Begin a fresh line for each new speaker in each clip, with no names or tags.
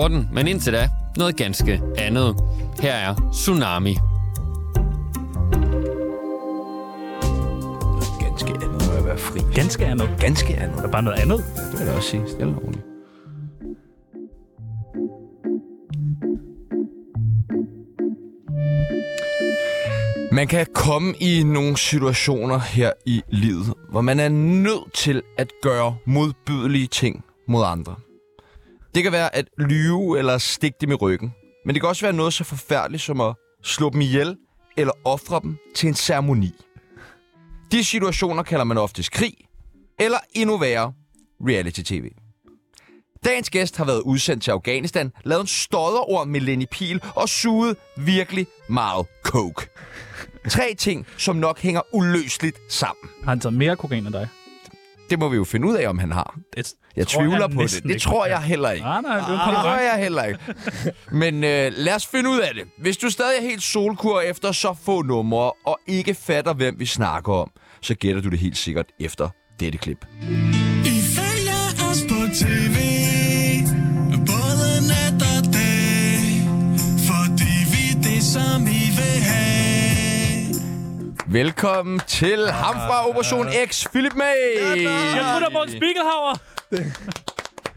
sporten, men indtil da noget ganske andet. Her er Tsunami.
Ganske andet at være fri.
Ganske andet.
Ganske andet.
Der er bare noget andet.
Det vil jeg da også sige. Stille og roligt. Man kan komme i nogle situationer her i livet, hvor man er nødt til at gøre modbydelige ting mod andre. Det kan være at lyve eller stikke dem i ryggen. Men det kan også være noget så forfærdeligt som at slå dem ihjel eller ofre dem til en ceremoni. De situationer kalder man oftest krig, eller endnu værre, reality-tv. Dagens gæst har været udsendt til Afghanistan, lavet en stodderord med Lenny Pil og suget virkelig meget coke. Tre ting, som nok hænger uløseligt sammen.
Har han taget mere kokain end dig?
Det må vi jo finde ud af, om han har.
Det
Jeg
tror
tvivler på det.
næsten
Det
ikke.
tror jeg heller ikke. Ah,
Nej, nej, det er jo
Det
kun
tror jeg heller ikke. Men øh, lad os finde ud af det. Hvis du stadig er helt solkur efter så få numre, og ikke fatter, hvem vi snakker om, så gætter du det helt sikkert efter dette klip.
I følger os på tv Både nat og dag Fordi vi er det som I vil have
Velkommen til ham fra Operation X, Philip May.
Jeg tror, der Måns Spiegelhauer.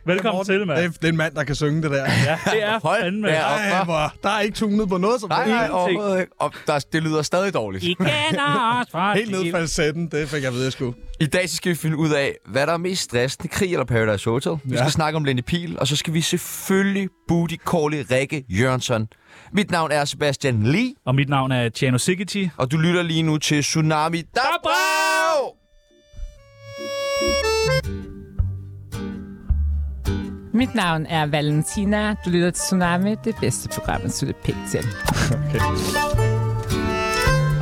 Velkommen til, mand.
Det er, det er en mand, der kan synge det der.
Ja, det er
Hold
fandme.
da op.
Ej, hvor, der er ikke tunet på noget som
Nej,
helst.
nej, overhovedet ikke. Og der, det lyder stadig dårligt.
I kender os fra
Helt ned i falsetten, det fik jeg ved, jeg skulle.
I dag så skal vi finde ud af, hvad der er mest stressende, krig eller Paradise Hotel. Vi skal
Ja.
snakke om Lenny Pil, og så skal vi selvfølgelig booty calle Rikke Jørgensen. Mit navn er Sebastian Lee,
Og mit navn er Tjano Sikici.
og du lytter lige nu til Tsunami Dabra!
Mit navn er Valentina. Du lytter til Tsunami, det bedste program, at slutte pænt til.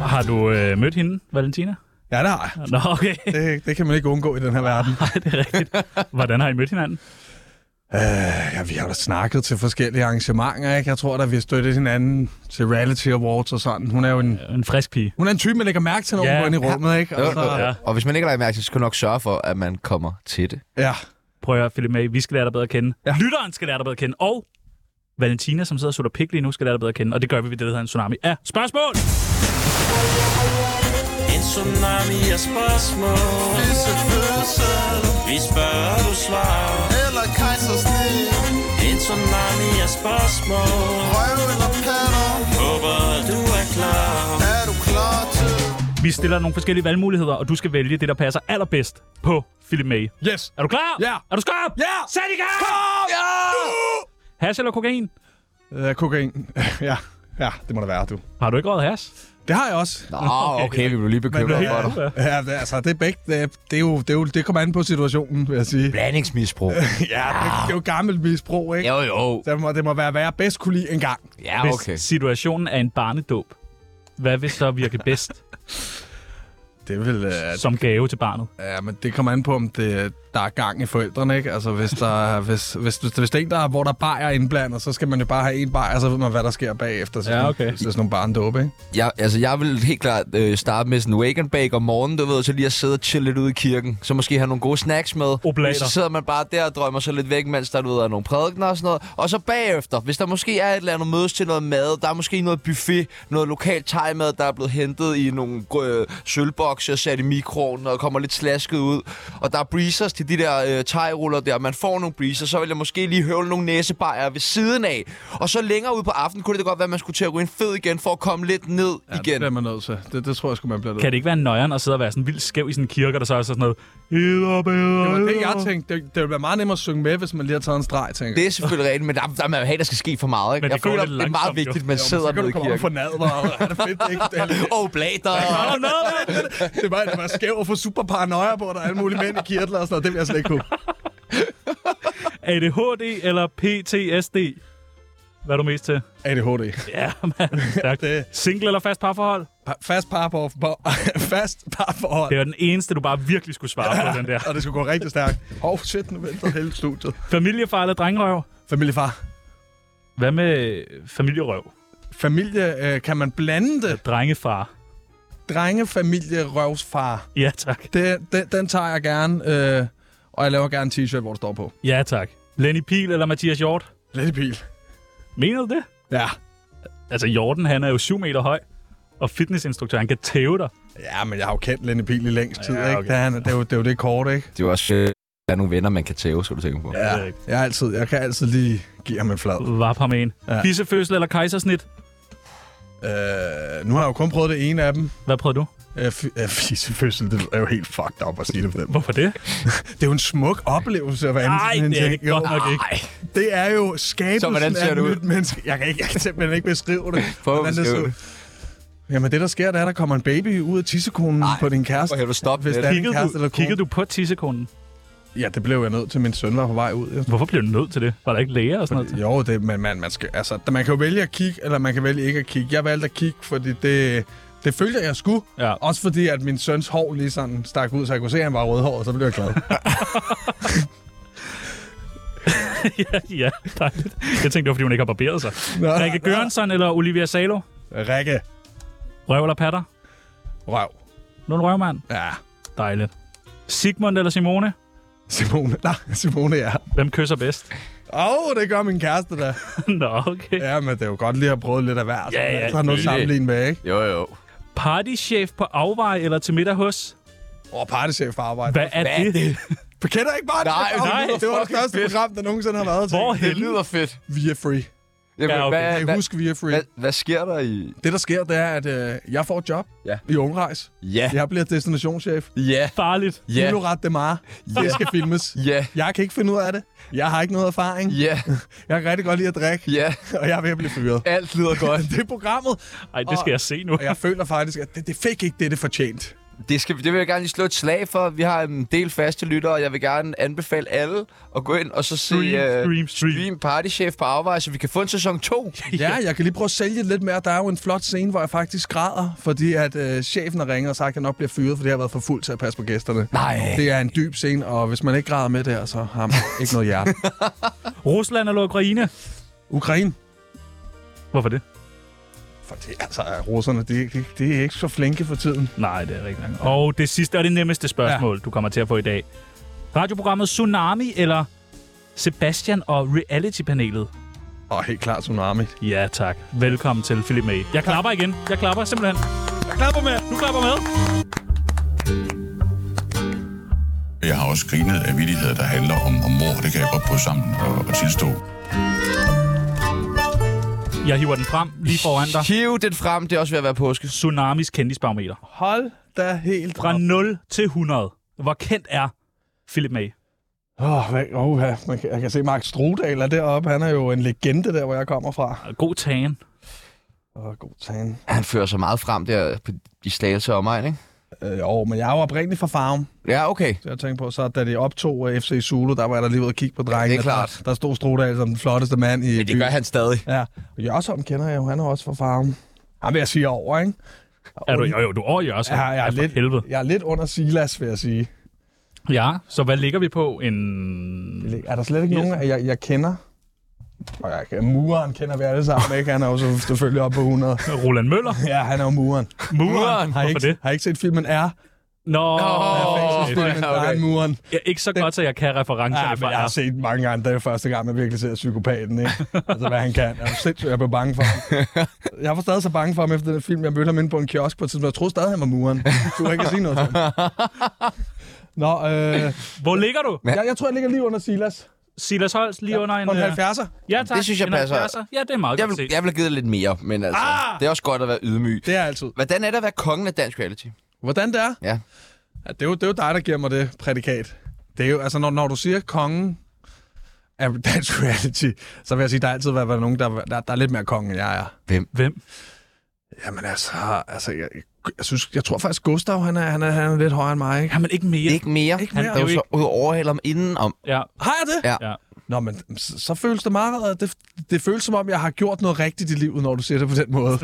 Har du øh, mødt hende, Valentina?
Ja, det har jeg.
Nå, okay.
Det, det kan man ikke undgå i den her verden.
Hvordan har I mødt hinanden?
Ja, vi har da snakket til forskellige arrangementer, ikke? Jeg tror da, vi har støttet hinanden til Reality Awards og sådan. Hun er jo en,
En frisk pige.
hun er en type, man lægger mærke til, når
Ja.
hun går ind i rummet, ikke?
Jo,
Og
jo,
så,
jo. Og hvis man ikke lader mærke til, så skal du nok sørge for, at man kommer til det.
ja.
Prøv at høre, Philip May. Vi skal lære dig bedre at kende. Ja. Lytteren skal lære dig bedre at kende. Og Valentina, som sidder og sutter pik lige nu, skal lære dig bedre at kende. Og det gør vi ved det, der hedder en tsunami af spørgsmål.
En tsunami af spørgsmål Visse fødsel Vi spørger, du svarer Eller kejsersnit En tsunami af spørgsmål Røv eller patter Håber, du er klar Er du klar til
Vi stiller nogle forskellige valgmuligheder, og du skal vælge det, der passer allerbedst på Philip May.
Yes.
Er du klar?
Ja.
Er du skarp?
Ja.
Sæt i gang! Kom! Ja! Hash eller kokain?
Øh, kokain. ja. ja, det må det være, du.
Har du ikke røget hash?
Det har jeg også.
Nå, okay, Ah, okay vi blev lige bekymret
helt-
for dig.
Ja, det- altså, det er begge. Det, det, er jo, det, er jo, det kommer an på situationen, vil jeg sige.
Blandingsmisbrug.
Ja, det, det er jo gammelt misbrug, ikke?
jo, jo.
Det må, det må være, hvad jeg bedst kunne lide engang.
Ja,
Hvis
okay.
situationen er en barnedåb, hvad vil så virke bedst
Det vil... Øh,
som gave til barnet?
ja, men det kommer an på, om det, der er gang i forældrene, ikke? Altså, hvis der, hvis, hvis, hvis, hvis der er en, der er, hvor der er bajer indblandet, så skal man jo bare have en bajer, så ved man, hvad der sker bagefter. Så
Ja,
sådan-
okay.
Så sådan nogle barndåbe, ikke?
Jeg, altså, jeg vil helt klart øh, starte med sådan en wake and bake om morgenen, du ved, så lige at sidde og chille lidt ude i kirken. Så måske have nogle gode snacks med.
Oblater.
Så sidder man bare der og drømmer sig lidt væk, mens der du ved, er nogle prædikener og sådan noget. Og så bagefter, hvis der måske er et eller andet mødes til noget mad, der er måske noget buffet, noget lokalt tegmad, der er blevet hentet i nogle øh, sølvbokse og sat i mikroen og kommer lidt slasket ud. Og der er breezers til de der øh, tegruller der. Man får nogle breezers, så vil jeg måske lige høvle nogle næsebajer ved siden af. Og så længere ud på aftenen kunne det da godt være, at man skulle til at ryge en fed igen for at komme lidt ned
Ja,
igen.
Det bliver man nødt til. Det, det tror jeg sgu, man bliver nødt
Kan
til.
det ikke være nøjeren at sidde og være sådan vildt skæv i sådan en kirke, og der så er sådan noget... Edder,
Det var det, jeg tænkte. Det, det ville være meget nemmere at synge med, hvis man lige har taget en streg, tænker jeg.
Det er selvfølgelig rigtigt, men der, der man vil have, der skal ske for meget. Ikke?
Men det
Jeg
går
føler,
lidt
det er meget
langsomt,
vigtigt,
jo.
at man sidder
så
nede
kan du
i
komme op
kirken.
for nader, og er det fedt, ikke? Det er,
Åh, oh, blader.
Nå, nå, nå.
det var, det var skæv og få super paranoia på, at der er alle mulige mænd i kirtler og sådan noget. Det vil jeg slet ikke kunne.
ADHD eller PTSD? Hvad er du mest til?
ADHD.
Ja, mand. Stærkt.
Det-
Single eller fast parforhold?
Pa- fast par på, på fast par forhold.
Det var den eneste, du bare virkelig skulle svare på, den der.
og det skulle gå rigtig stærkt. Åh, oh, shit, nu venter hele studiet.
Familiefar eller drengerøv?
Familiefar.
Hvad med familierøv?
Familie, øh, kan man blande det?
Drengefar.
Drenge, familie, røvsfar.
Ja, tak.
Det, den, den tager jeg gerne, øh, og jeg laver gerne en t-shirt, hvor det står på.
Ja, tak. Lenny Pil eller Mathias Hjort?
Lettebil.
Mener du det?
Ja.
Altså, Jordan, han er jo 7 meter høj, og fitnessinstruktøren kan tæve dig.
Ja, men jeg har jo kendt Lenny Pihl i længst tid,
Ja,
ja, okay.
okay.
ikke? Det er, han- det er, jo, det er jo det kort, ikke?
Det er jo også, øh, der er nogle venner, man kan tæve, skal du tænke på.
ved jeg
Ja,
ikke.
jeg, er altid, jeg kan altid lige give ham en flad.
Øh, Vap ham en. Ja.
Ja.
Fissefødsel eller kejsersnit?
Øh, nu har jeg jo kun prøvet det ene af dem.
Hvad prøvede du?
Øh, f- øh, Fisefødsel, det er jo helt fucked up at sige det på den måde.
Hvorfor det?
Det er jo en smuk oplevelse at være
Nej,
inde til
det er
sådan en ting.
ikke godt nok ikke.
Det er jo skabelsen
Så hvordan ser
af
det ud?
et nyt menneske. Jeg kan, ikke, jeg kan simpelthen ikke beskrive det.
Prøv at
hvordan det
beskrive
ser ud. Jamen det, der sker, det er, at der kommer en baby ud af tissekonen
Ej,
på din kæreste.
for helvede, stop
Hvis
med
det er
det.
din
Kiggede
kæreste
du,
eller kone.
kiggede du på tissekonen?
Ja, det blev jeg nødt til. Min søn var på vej ud. Jo.
Hvorfor blev du nødt til det? Var der ikke læger og sådan noget? til?
Jo, det, men man, man, skal, altså, man kan jo vælge at kigge, eller man kan vælge ikke at kigge. Jeg valgte at kigge, fordi det, det følte jeg, jeg skulle.
Ja.
Også fordi, at min søns hår lige sådan stak ud, så jeg kunne se, at han var rødhåret, så blev jeg glad.
ja, dejligt. Jeg tænkte, det var, fordi hun ikke har barberet sig.
Nå,
Rikke Gørensson eller Olivia Salo?
Rikke.
Røv eller patter?
Røv.
Nogle røvmand.
Ja.
Dejligt. Sigmund eller Simone?
Simone. Nej, Simone, ja.
Hvem kysser bedst?
Åh, oh, det gør min kæreste da.
Nå, okay.
Ja, men det er jo godt lige at prøve lidt af hver. så
Ja, ja,
man altid har noget at
selvfølgelig.
sammenligne med, ikke?
Jo, jo.
Partychef på afvej eller til middag hos?
Åh, oh, partychef for arbejde.
Hvad er
Hvad er
det?
Kender ikke bare
Nej,
nej.
Det var det største program, der nogensinde har været til.
Hvor
Det
hen?
lyder fedt.
Via Free.
Jamen,
Ja, okay.
Kan I huske Via Free?
hvad, hvad sker der i...
Det, der sker, det er, at øh, jeg får et job
Ja.
i Ungrejs.
Ja,
Jeg bliver destinationschef.
ja,
Farligt.
Yeah.
ja,
Nu ret det meget.
Ja.
Yeah. Det skal filmes.
ja,
Jeg kan ikke finde ud af det. Jeg har ikke noget erfaring.
ja,
Jeg kan rigtig godt lide at drikke,
ja.
og jeg er ved at blive fyret.
Alt lyder godt.
Det er programmet,
Ej, det skal jeg se nu.
og jeg føler faktisk, at det, det fik ikke det, det fortjent.
Det, skal, det vil jeg gerne lige slå et slag for. Vi har en del faste lyttere, og jeg vil gerne anbefale alle at gå ind og så se
Stream,
øh,
stream, stream.
stream Partychef på afvej, så vi kan få en sæson 2.
Ja, jeg kan lige prøve at sælge lidt mere. Der er jo en flot scene, hvor jeg faktisk græder, fordi at øh, chefen har ringet og sagt, at jeg nok bliver fyret, fordi jeg har været for fuld til at passe på gæsterne.
Nej.
Det er en dyb scene, og hvis man ikke græder med der, så har man ikke noget hjerte.
Rusland eller Ukraine?
Ukraine.
Hvorfor det?
For det, altså, russerne, det, det, det er ikke så flinke for tiden.
Nej, det er rigtigt. nok. Og det sidste og det nemmeste spørgsmål, ja. du kommer til at få i dag. Radioprogrammet Tsunami eller Sebastian og reality-panelet?
Og helt klart tsunami.
Ja, tak. Velkommen til Philip May. Jeg klapper igen. Jeg klapper simpelthen. Jeg klapper med. Du klapper med.
Jeg har også grinet af vidigheder, der handler om, om mor. Det kan jeg godt på sammen og, og tilstå.
Jeg hiver den frem lige foran dig.
Hiv den frem, det er også ved at være påske.
Tsunamis kendisbarometer.
Hold da helt
Fra 0 til 100. Hvor kendt er Philip May?
Åh, oh, oh, man kan, jeg kan se Mark Strudal er deroppe. Han er jo en legende der, hvor jeg kommer fra.
God tagen.
Åh, oh, god tan.
Han fører sig meget frem der på de slagelse og mig, ikke?
Øh, jo, men jeg er jo oprindelig fra Farum.
Ja, okay.
Så jeg tænkte på, så da de optog uh, FC Zulu, der var jeg da lige ude og kigge på drengene.
det er klart.
Der, der stod Strudal som den flotteste mand i
Men det gør han stadig.
Ja, og Jørsholm kender jeg jo. Han er også fra Farum. Ham vil jeg sige over, ikke?
Er du, jo, jo, du er over i Jørgen.
Jeg, jeg, er
for
lidt,
helvede.
jeg er lidt under Silas, vil jeg sige.
Ja, så hvad ligger vi på? En...
Er der slet ikke
Yes.
yes. nogen, jeg, jeg kender? Og jeg, kan- muren kender vi alle sammen, ikke? Han er jo så selvfølgelig oppe på 100.
Roland Møller?
Ja, han er jo muren.
Muren?
Har I
Hvorfor
ikke,
det?
har I ikke set filmen R?
Nå,
Åh,
Filmen,
ja,
der er
okay.
en muren.
Jeg er ikke så godt, så jeg kan referencerne
Ja,
ja,
men
fra
jeg har
jer.
set den mange gange. Det er første gang, man virkelig ser psykopaten, ikke? Altså, hvad han kan. Jeg er sindssygt, jeg blev bange for ham. Jeg var stadig så bange for ham efter den film. Jeg mødte ham inde på en kiosk på et tidspunkt. Jeg troede stadig, han var muren. Du kan ikke sige noget til ham. Nå, øh,
Hvor ligger du?
jeg, jeg tror, jeg ligger lige under Silas.
Silas Holst lige under en...
På en
øh,
70'er.
Ja, tak.
Det synes jeg
En
passer.
70'er. Ja, det er meget
Jeg
godt
vil,
set.
jeg vil have givet lidt mere, men altså, ah! det er også godt at være ydmyg.
Det er jeg altid.
Hvordan er det at være kongen af dansk reality?
Hvordan det er?
Ja.
ja det, er jo, det er jo dig, der giver mig det prædikat. Det er jo, altså, når, når du siger kongen af dansk reality, så vil jeg sige, der har altid været, været nogen, der, der, der er lidt mere kongen, end jeg er.
Hvem?
Jamen altså, altså jeg, jeg, jeg, synes, jeg tror faktisk, Gustav, han er, han er, han er lidt højere end mig, ikke?
Ja, men ikke mere.
Ikke mere.
Ikke
Han
mere.
er jo
Det er jo
så ude at overhale ham inden om.
Ja.
Har jeg det?
Ja.
Ja.
Nå, men så, så føles det meget... Det, det føles som om, jeg har gjort noget rigtigt i livet, når du siger det på den måde.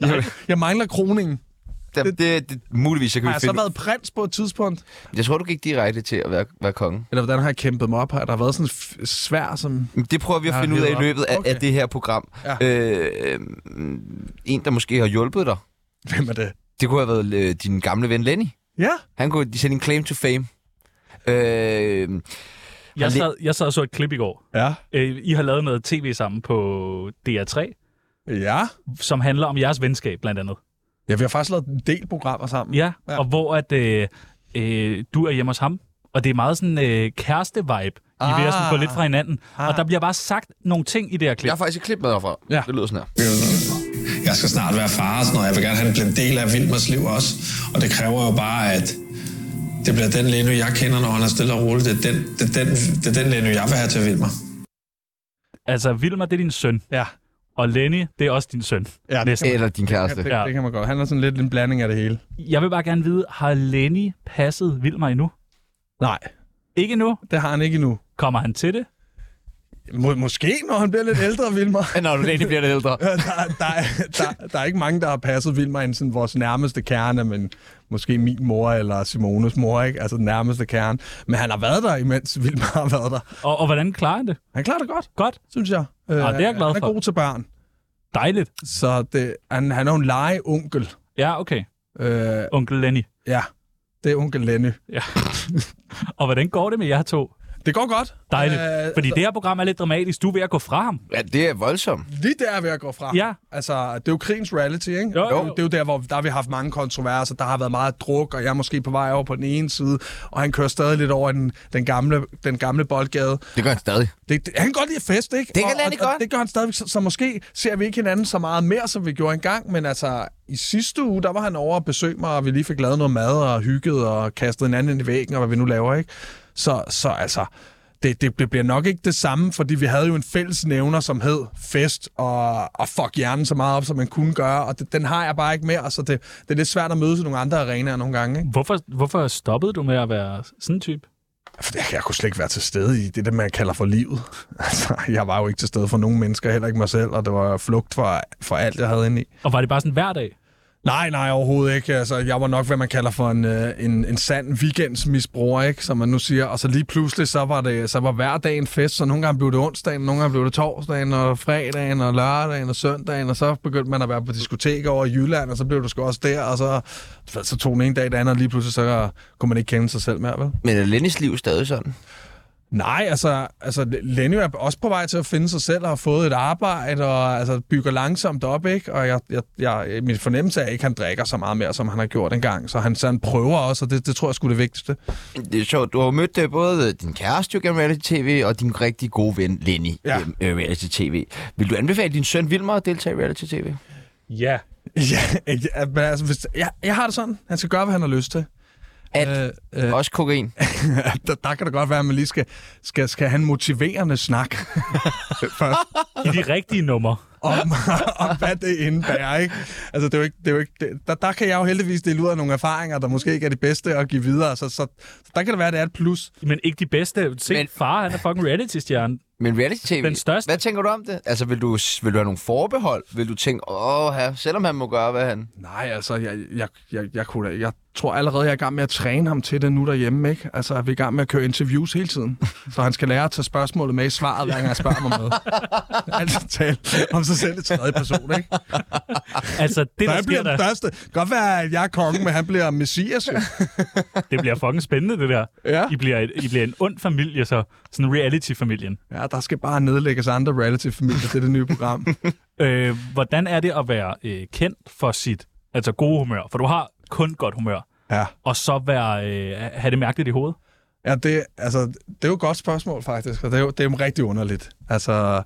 jeg, jeg mangler kroningen.
Det, det, det, det muligvis, jeg kan
Har
vi
jeg så
finde.
været prins på et tidspunkt?
Jeg tror, du gik direkte til at være, være konge.
Eller hvordan har jeg kæmpet mig op? Har der været sådan f- svær som...
Men Det prøver vi at
Ja,
finde ud af i
hiver op.
løbet af, okay. af
Okay.
det her program.
Ja.
Øh, øh, en, der måske har hjulpet dig,
Hvem er det?
det kunne have været øh, din gamle ven Lenny.
Ja,
Han kunne sende en claim to fame. Øh,
Jeg sad, jeg sad og så et klip i går.
Ja.
Øh, I har lavet noget tv sammen på DR3,
Ja.
som handler om jeres venskab, blandt andet.
Ja, vi har faktisk lavet en del programmer sammen.
Ja,
Ja.
ja. og hvor at, øh, øh, du er hjemme hos ham, og det er meget sådan øh, kæreste-vibe. I er ved at sådan gå lidt fra hinanden. Ah. Og der bliver bare sagt nogle ting i det her klip.
Jeg har faktisk et klip med derfra.
Ja.
Det lyder sådan her.
jeg skal snart være far, og sådan noget. jeg vil gerne have, at den bliver en del af Vilmers liv også. Og det kræver jo bare, at det bliver den Leno, jeg kender, når han er stille og rolig. Det er den, det er den, det er den Leno, jeg vil have til Vilmer.
Altså, Vilmer, det er din søn.
Ja.
Og Lenny, det er også din søn.
Ja, det,
Næsten.
Eller din kæreste.
det,
Ja.
det kan man godt. Han er sådan lidt en blanding af det hele.
Jeg vil bare gerne vide, har Lenny passet Vilmer endnu?
Nej,
Ikke nu.
det har han ikke endnu.
Kommer han til det?
Må, måske, når han bliver lidt ældre, Vilmar.
Når du egentlig bliver lidt ældre.
der, der, er- der, der er ikke mange, der har passet Vilma ind sådan vores nærmeste kerne, men måske min mor eller Simones mor, ikke? Altså den nærmeste kerne. Men han har været der, imens Vilma har været der.
Og, og hvordan klarer han det?
Han klarer det godt,
Godt.
synes jeg. Ah,
det er jeg glad
Han er
for.
god til børn.
Dejligt.
Så det, han, han er jo en legeonkel.
Ja, okay.
Øh,
Onkel Lenny.
ja, det er onkel Lenny.
Og hvordan går det med jer to?
Det går godt.
Dejligt.
Øh,
Fordi det her program er lidt dramatisk. Du er ved at gå fra ham.
Ja, det er voldsomt.
Lige der er ved at gå fra.
Ja.
Altså, det er jo krigens reality, ikke?
Jo, jo.
Det er jo der, hvor der har vi haft mange kontroverser. Der har været meget druk, og jeg er måske på vej over på den ene side, og han kører stadig lidt over den, den, gamle, den gamle boldgade.
Det gør han stadig.
Det, det, han kan godt lide fest, ikke?
Det kan
og,
han
og,
ikke godt.
Og det gør han stadigvæk, så, så måske ser vi ikke hinanden så meget mere, som vi gjorde engang, men altså, i sidste uge, der var han over og besøgte mig, og vi lige fik lavet noget mad og hygget og kastet hinanden ind i væggen, og hvad vi nu laver, ikke? Så, så altså, det, det, det bliver nok ikke det samme, fordi vi havde jo en fælles nævner, som hed fest og, og fuck hjernen så meget op, som man kunne gøre, og det, den har jeg bare ikke mere, så det, det er lidt svært at mødes i nogle andre arenaer nogle gange, ikke?
Hvorfor, hvorfor stoppede du med at være sådan en type?
Fordi jeg, jeg kunne slet ikke være til stede i det, det man kalder for livet. Altså, jeg var jo ikke til stede for nogen mennesker, heller ikke mig selv, og det var flugt for, for alt, jeg havde inde i.
Og var det bare sådan hver dag?
Nej, nej, overhovedet ikke. Altså, jeg var nok, hvad man kalder for en, øh, en, en sand weekendsmisbruger, ikke? som man nu siger. Og så lige pludselig, så var, det, så var hver dag en fest, så nogle gange blev det onsdagen, nogle gange blev det torsdagen, og fredagen, og lørdagen, og søndagen, og så begyndte man at være på diskotek over i Jylland, og så blev det sgu også der, og så, så tog den ene dag det andet, og lige pludselig, så kunne man ikke kende sig selv mere, vel?
Men er Lennys liv stadig sådan?
Nej, altså, altså Lenny er også på vej til at finde sig selv og har fået et arbejde og altså, bygger langsomt op, ikke? Og jeg, jeg, jeg, min fornemmelse er ikke, at han drikker så meget mere, som han har gjort engang. Så han, så han prøver også, og det, det tror jeg skulle det vigtigste.
Det er sjovt. Du har jo mødt øh, både din kæreste jo gennem reality-tv, og din rigtig gode ven, Lenny,
Ja.
ja. gennem øh, reality-tv. Vil du anbefale din søn Vilmer at deltage i reality-tv?
Ja.
Ja, ja men altså, hvis, jeg, jeg har det sådan. Han skal gøre, hvad han har lyst til.
At
Øh, øh,
også kokain.
der, der kan det godt være, at man lige skal, skal, skal have en motiverende snak først.
I de rigtige numre.
om, om hvad det indebærer, ikke? Altså, det er jo ikke, det er jo ikke det, der, der kan jeg jo heldigvis dele ud af nogle erfaringer, der måske ikke er de bedste at give videre, så, så, så der kan det være, at det er et plus.
Men ikke de bedste. Se, Men...
Men-
far, han er fucking reality-stjerne.
Men reality-tv,
Den største.
hvad tænker du om det? Altså, vil du, vil du have nogle forbehold? Vil du tænke, åh, her, selvom han må gøre, hvad han...
Nej, altså, jeg, jeg, jeg, jeg, kunne, da- jeg tror allerede, jeg er i gang med at træne ham til det nu derhjemme, ikke? Altså, er vi i gang med at køre interviews hele tiden, så han skal lære at tage spørgsmålet med i svaret, hver gang jeg spørger mig om noget. Altså, tale om sig selv i tredje person, ikke?
Altså, det
Så
der
han
sker
bliver den
der,
største. Godt være, at jeg er kongen, men han bliver messias, jo.
det bliver fucking spændende, det der.
Ja.
I bliver, et, I bliver en ond familie, så sådan reality-familien.
Ja, der skal bare nedlægges andre reality-familier til det nye program.
Øh, hvordan er det at være øh, kendt for sit altså gode humør? For du har kun godt humør.
Ja.
Og så være, øh, have det mærkeligt i hovedet.
Ja, det, altså, det er jo et godt spørgsmål, faktisk, og det er jo, det er jo rigtig underligt. Altså,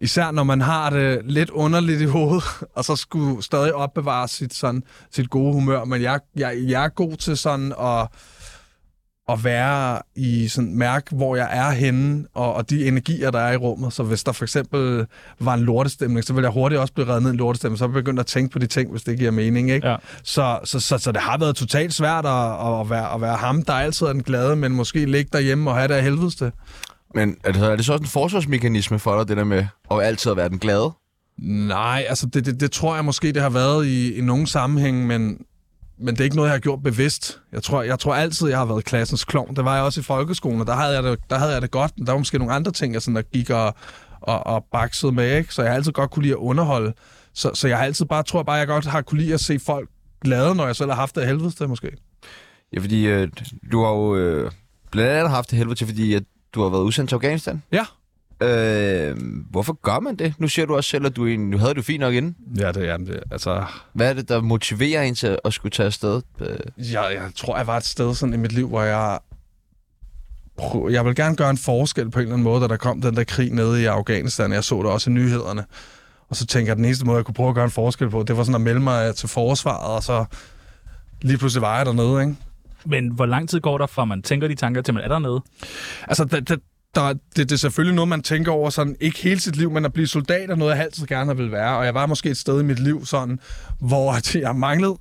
især når man har det lidt underligt i hovedet, og så skulle stadig opbevare sit, sådan, sit gode humør. Men jeg, jeg, jeg er god til sådan at, at være i sådan mærke, hvor jeg er henne, og, og de energier, der er i rummet. Så hvis der for eksempel var en lortestemning, så ville jeg hurtigt også blive reddet ned i en lortestemning. Så er jeg begyndt at tænke på de ting, hvis det giver mening, ikke?
Ja.
Så, så, så, så det har været totalt svært at, at, være, at være ham, der altid er den glade, men måske ligge derhjemme og have det af helvedeste.
Men altså, er det så også en forsvarsmekanisme for dig, det der med at altid at være den glade?
Nej, altså det, det, det tror jeg måske, det har været i, i nogle sammenhæng, men, men det er ikke noget, jeg har gjort bevidst. Jeg tror, jeg tror altid, jeg har været klassens klovn. Det var jeg også i folkeskolen, og der havde jeg det, der havde jeg det godt, men der var måske nogle andre ting, jeg sådan, der gik og, og, og baksede med, ikke? så jeg har altid godt kunne lide at underholde. Så, så jeg har altid bare, tror bare, jeg godt har kunne lide at se folk glade, når jeg selv har haft det af helvede, måske.
Ja, fordi øh, du har jo øh, blandt andet haft det helvede til, fordi at du har været udsendt til Afghanistan.
Ja.
Øh, hvorfor gør man det? Nu siger du også selv, at du, egentlig- nu havde det jo fint nok inden.
Ja, det er det. Altså,
Hvad er det, der motiverer en til at skulle tage afsted? Øh,
jeg, jeg tror, jeg var et sted sådan i mit liv, hvor jeg... prøv- Jeg vil gerne gøre en forskel på en eller anden måde, da der kom den der krig nede i Afghanistan. Jeg så det også i nyhederne. Og så tænker jeg, at den eneste måde, jeg kunne prøve at gøre en forskel på, det var sådan at melde mig til forsvaret, og så lige pludselig var jeg dernede, ikke?
Men hvor lang tid går der fra, man tænker de tanker, til man er dernede?
Altså, der, der, der, det, det er selvfølgelig noget, man tænker over sådan, ikke hele sit liv, men at blive soldat er noget, jeg altid gerne har vil være. Og jeg var måske et sted i mit liv sådan, hvor at jeg manglede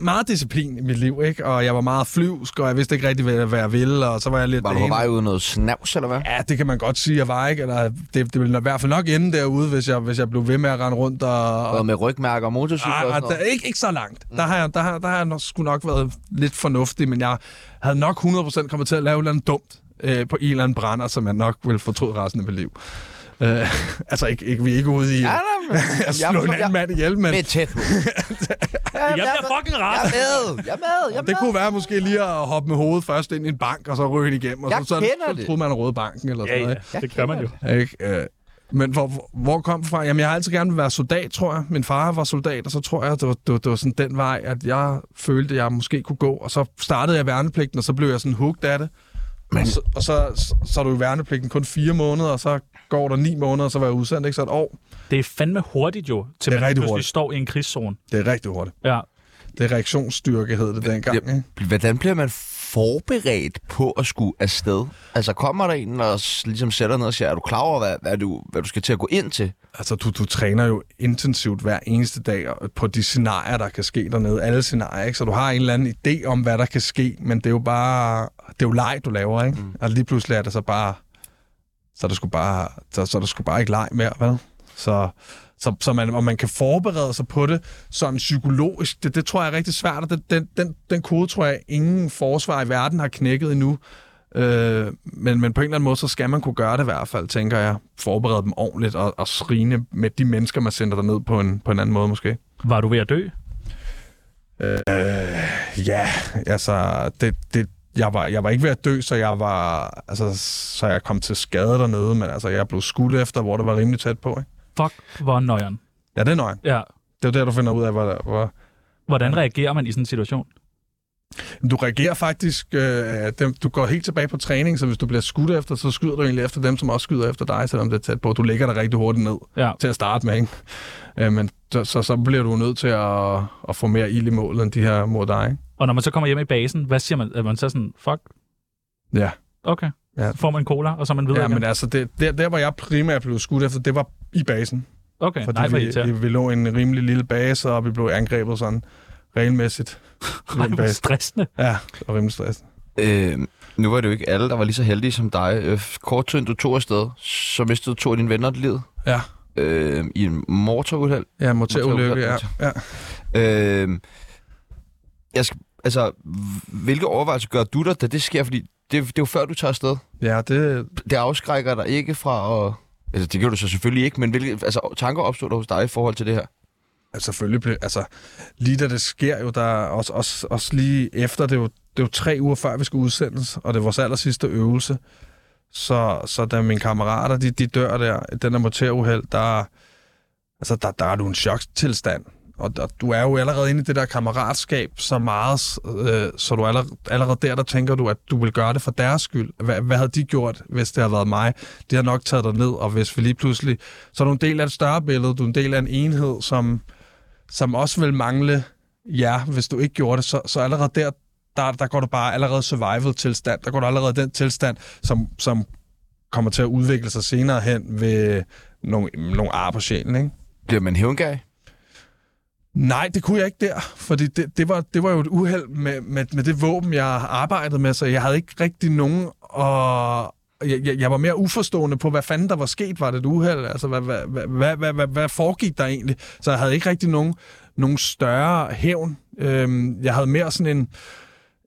meget disciplin i mit liv, ikke? Og jeg var meget flyvsk, og jeg vidste ikke rigtig, hvad, hvad jeg ville, og så var jeg lidt...
var
det
du på
ene-
vej ud i noget snavs, eller hvad?
Ja, det kan man godt sige, jeg var ikke. Eller det, det ville i hvert fald nok ende derude, hvis jeg, hvis jeg blev ved med at rende rundt og... og
Både med rygmærker og motorcykler og
Ej,
sådan
der,
noget.
Ah,
Mm.
ikke, ikke så langt. Der har jeg, der, har, der har jeg nok, sgu nok været lidt fornuftig, men jeg havde nok 100% kommet til at lave et eller andet dumt øh, på en eller anden brænder, som jeg nok vil fortryde resten af mit liv. Øh, altså, ikke, ikke, vi er ikke ude i
Ja,
at
da, men...
at slå en anden mand ihjel, men
Med tæt.
Jeg bliver fucking
Jeg
ret!
er med, jeg er med, jeg er med.
det kunne være måske lige at hoppe med hovedet først ind i en bank, og så ryge den igennem, og
Jeg
så, så,
kender
så
det.
troede man at råde banken eller sådan
Ja,
noget. ikke?
ja, det gør man jo.
Ikke? Øh, men hvor, hvor- hvor kom det fra? Jamen, jeg har altid gerne vil være soldat, tror jeg. Min far var soldat, og så tror jeg, det var, det var, det var sådan den vej, at jeg følte, at jeg måske kunne gå. Og så startede jeg værnepligten, og så blev jeg sådan hugt af det. Men... Og, så, og så, så er du i værnepligten kun fire måneder, og så går der ni måneder, og så var jeg udsendt, ikke? Så et år.
Det er fandme hurtigt jo, til
Det
man
er
pludselig
rigtig
hurtigt.
hurtigt.
står i en krigszone.
Det er rigtig hurtigt.
Ja.
Det er reaktionsstyrke, hed det dengang, ikke?
Hvordan bliver man forberedt på at skulle afsted? Altså kommer der en og s- ligesom sætter ned og siger, er du klar over, hvad, hvad, du, hvad du skal til at gå ind til?
Altså, du, du træner jo intensivt hver eneste dag og- på de scenarier, der kan ske dernede. Alle scenarier, ikke? Så du har en eller anden idé om, hvad der kan ske, men det er jo bare... Det er jo leg, du laver, ikke? Mm. Og lige pludselig er det så bare... Så er der sgu bare, så, så er der sgu bare ikke leg mere, vel? Så, så, så man, og man kan forberede sig på det sådan psykologisk. Det, det tror jeg er rigtig svært, og den, den, den, den kode tror jeg, ingen forsvar i verden har knækket endnu. Øh, men, men på en eller anden måde, så skal man kunne gøre det i hvert fald, tænker jeg. Forberede dem ordentligt og, og skrine med de mennesker, man sender derned på en, på en anden måde måske.
Var du ved at dø?
Øh, Ja, altså, det, det, jeg, var, jeg var ikke ved at dø, så jeg var, altså, så jeg kom til skade dernede, men altså, jeg blev skudt efter, hvor det var rimelig tæt på. Ikke?
Fuck, hvor nøjeren.
Ja, det er nøgen.
Ja.
Det er jo der, du finder ud af, hvor, hvor,
Hvordan reagerer man i sådan en situation?
Du reagerer faktisk, øh, dem, du går helt tilbage på træning, så hvis du bliver skudt efter, så skyder du egentlig efter dem, som også skyder efter dig, selvom det er tæt på. Du lægger dig rigtig hurtigt ned
Ja.
til at starte med, ikke? Øh, men så, så, så bliver du nødt til at, at få mere ild i målet end de her mod dig, ikke?
Og når man så kommer hjem i basen, hvad siger man? Er man så sådan, fuck,
Ja.
okay.
Ja.
Ja. Så får man en cola, og så er man videre
Ja,
ja,
men
igen.
altså, det, der, der, hvor jeg primært blev skudt efter, det var i basen.
Okay,
Fordi
nej, hvor
vi, vi,
irriterende.
vi lå i en rimelig lille base, og vi blev angrebet sådan regelmæssigt.
Nej, hvor stressende.
Ja, og rimelig stress.
Øh, nu var det jo ikke alle, der var lige så heldige som dig. Øh, kort tid inden du tog afsted, så mistede to af dine venner livet
Ja,
øh, i en motoruheld.
ja motorulykke, ja. ja.
Øh, jeg skal, altså, hvilke overvejelser gør du dig, da det sker? Fordi det, det er jo før, du tager afsted.
Ja, det,
det afskrækker dig ikke fra at... Altså, det gjorde du så selvfølgelig ikke, men hvilke altså, tanker opstod der hos dig i forhold til det her?
Altså, selvfølgelig blev, altså, lige da det sker jo, der er også, også, også lige efter, det er, jo, det er jo tre uger før, vi skal udsendes, og det er vores aller sidste øvelse. Så, så da mine kammerater, de, de dør der, i den der motoruheld, der, altså, der, der er du en chokstilstand. Og, og du er jo allerede inde i det der kammeratskab så meget, øh, så du allerede, allerede der, der tænker du, at du vil gøre det for deres skyld. Hvad, hvad havde de gjort, hvis det havde været mig? De har nok taget dig ned, og hvis vi lige pludselig... Så er du en del af et større billede, du er en del af en enhed, som, som også vil mangle jer, hvis du ikke gjorde det, så, så allerede der, der, der går du bare allerede survival-tilstand. Der går du allerede i den tilstand, som, som kommer til at udvikle sig senere hen ved nogle, nogle ar på sjælen, ikke?
Bliver man hævngærig?
Nej, det kunne jeg ikke der, fordi det, det, var, det var jo et uheld med, med, med det våben, jeg arbejdede med, så jeg havde ikke rigtig nogen, og jeg, jeg, jeg var mere uforstående på, hvad fanden der var sket, var det et uheld, altså hvad, hvad, hvad, hvad, hvad, hvad, hvad foregik der egentlig, så jeg havde ikke rigtig nogen, nogen større hævn. Øhm, jeg havde mere sådan en,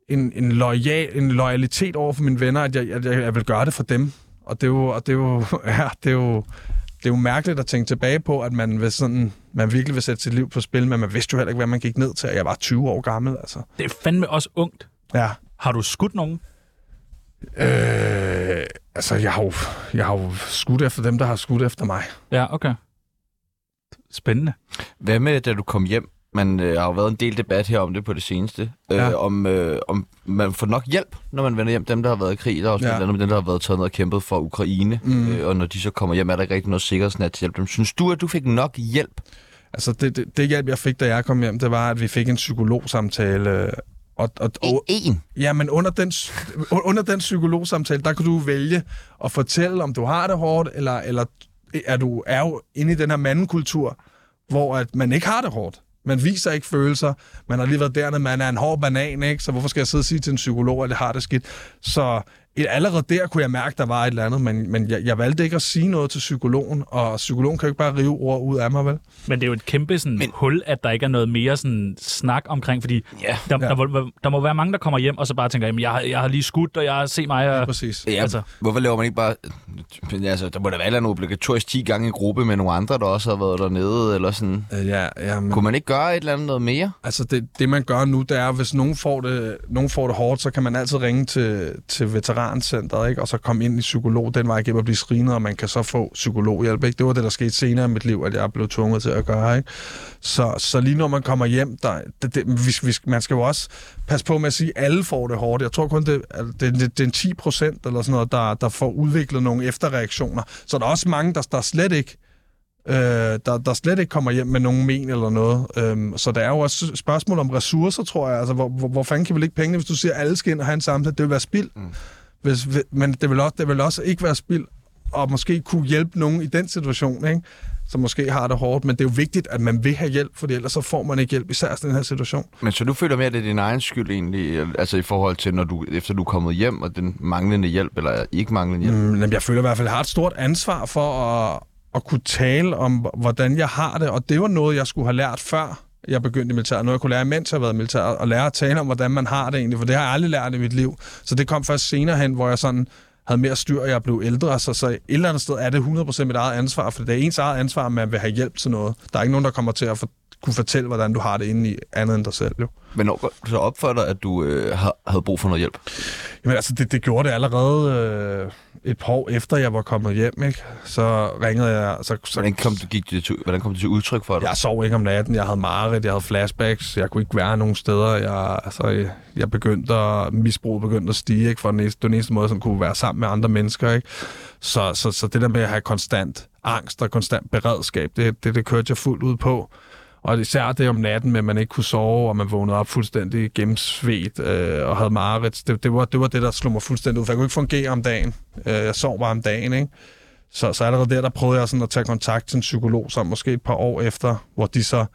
en, en, loyal, en loyalitet over for mine venner, at jeg, jeg, jeg, jeg ville gøre det for dem, og det er jo, og det er jo, ja, det er jo det er jo mærkeligt at tænke tilbage på, at man, vil sådan, man virkelig vil sætte sit liv på spil, men man vidste jo heller ikke, hvad man gik ned til, og jeg var 20 år gammel, altså.
Det er fandme også ungt.
Ja.
Har du skudt nogen?
Øh, Øh, altså, jeg har, jo, jeg har jo skudt efter dem, der har skudt efter mig.
Ja, okay. Spændende.
Hvad med, da du kom hjem? Man øh, har jo været en del debat her om det på det seneste. Øh,
Ja.
ja. om, øh, om man får nok hjælp, når man vender hjem. Dem, der har været i krig, der er også
Ja.
ja. andet med dem, der har været taget ned og kæmpet for Ukraine. Mm. Øh, og når de så kommer hjem, er der ikke rigtig noget sikkerhedsnet til at hjælpe dem. Synes du, at du fik nok hjælp?
Altså, det, det, det hjælp, jeg fik, da jeg kom hjem, det var, at vi fik en psykologsamtale. øh, Og, og, og,
En.
ja, men under den, s- un- under den psykologsamtale, der kunne du vælge at fortælle, om du har det hårdt, eller, eller er du er jo inde i den her mandekultur, hvor at man ikke har det hårdt. Man viser ikke følelser. Man har lige været dernede, man er en hård banan, ikke? Så hvorfor skal jeg sidde og sige til en psykolog, at jeg har det skidt? Så et, allerede der kunne jeg mærke, der var et eller andet, men, men jeg, jeg valgte ikke at sige noget til psykologen, og psykologen kan jo ikke bare rive ord ud af mig, vel?
Men det er jo et kæmpe sådan, Men... hul, at der ikke er noget mere sådan, snak omkring, fordi
Ja.
der,
Ja.
der, må, der må være mange, der kommer hjem og så bare tænker, jamen, jeg, har- jeg har lige skudt, og jeg har set mig. Og...
Præcis.
Ja,
Altså-
altså. Hvorfor laver man ikke bare... Men Altså, der må da være et eller andet obligatorisk 10 gange i gruppe med nogle andre, der også har været dernede, eller sådan.
Øh, Ja, ja, men,
Kunne man ikke gøre et eller andet noget mere?
altså det, det, man gør nu, det er, hvis nogen får det, nogen får det hårdt, så kan man altid ringe til, til veterancenteret, ikke? og så komme ind i psykolog den vej igennem og blive screenet, og man kan så få psykologhjælp. Ikke? Det var det, der skete senere i mit liv, at jeg blev tvunget til at gøre. Ikke? Så, så lige når man kommer hjem, der, det, det, vi, vi, man skal jo også passe på med at sige, at alle får det hårdt. Jeg tror kun, det, er- det, det, det er en 10 procent eller sådan noget, der, der får udviklet nogle efterreaktioner. Så der er også mange, der, der slet ikke øh, der, der slet ikke kommer hjem med nogen men eller noget. Øhm, så der er jo også spørgsmål om ressourcer, tror jeg. Altså, hvor, hvor, hvor fanden kan vi lægge pengene, hvis du siger, at alle skal ind og have en samtale? Det vil være spild. Mm. Hvis, vi- men det vil, også, det vil også ikke være spild, og måske kunne hjælpe nogen i den situation, ikke? som måske har det hårdt, men det er jo vigtigt, at man vil have hjælp, for ellers så får man ikke hjælp, især i sådan en her situation.
Men så du føler mere, at det er din egen skyld egentlig, altså i forhold til, når du, efter du er kommet hjem, og den manglende hjælp, eller ikke manglende hjælp?
Mm, jamen, jeg føler i hvert fald, at jeg har et stort ansvar for at, at kunne tale om, hvordan jeg har det, og det var noget, jeg skulle have lært før jeg begyndte i militæret. Noget, jeg kunne lære, mens jeg har været i militæret, og lære at tale om, hvordan man har det egentlig, for det har jeg aldrig lært i mit liv. Så det kom først senere hen, hvor jeg sådan havde mere styr, og jeg blev ældre, så, så et eller andet sted er det 100% mit eget ansvar, for det er ens eget ansvar, at man vil have hjælp til noget. Der er ikke nogen, der kommer til at for, kunne fortælle, hvordan du har det inde i andet end dig selv. Jo.
Men når går du så op for dig, at du øh, har- havde brug for noget hjælp?
Jamen altså, det, det gjorde det allerede øh, et par år efter, jeg var kommet hjem, ikke? Så ringede jeg, så, så
Hvordan kom, det, gik det til, hvordan kom det til udtryk for dig?
Jeg sov ikke om natten, jeg havde mareridt, jeg havde flashbacks, jeg kunne ikke være nogen steder. Jeg, altså, jeg- jeg begyndte at, misbruget begyndte at stige, ikke? For den eneste, den eneste måde, som kunne være sammen med andre mennesker, ikke? Så, så, så det der med at have konstant angst og konstant beredskab, det, det, det kørte jeg fuldt ud på. Og især det om natten med, at man ikke kunne sove, og man vågnede op fuldstændig gennemsvedt øh, og havde mareridt. Det, det, var, det var det, der slog mig fuldstændig ud, for jeg kunne ikke fungere om dagen. Øh, jeg sov bare om dagen, ikke? Så, så allerede der, der prøvede jeg sådan at tage kontakt til en psykolog, som måske et par år efter, hvor de så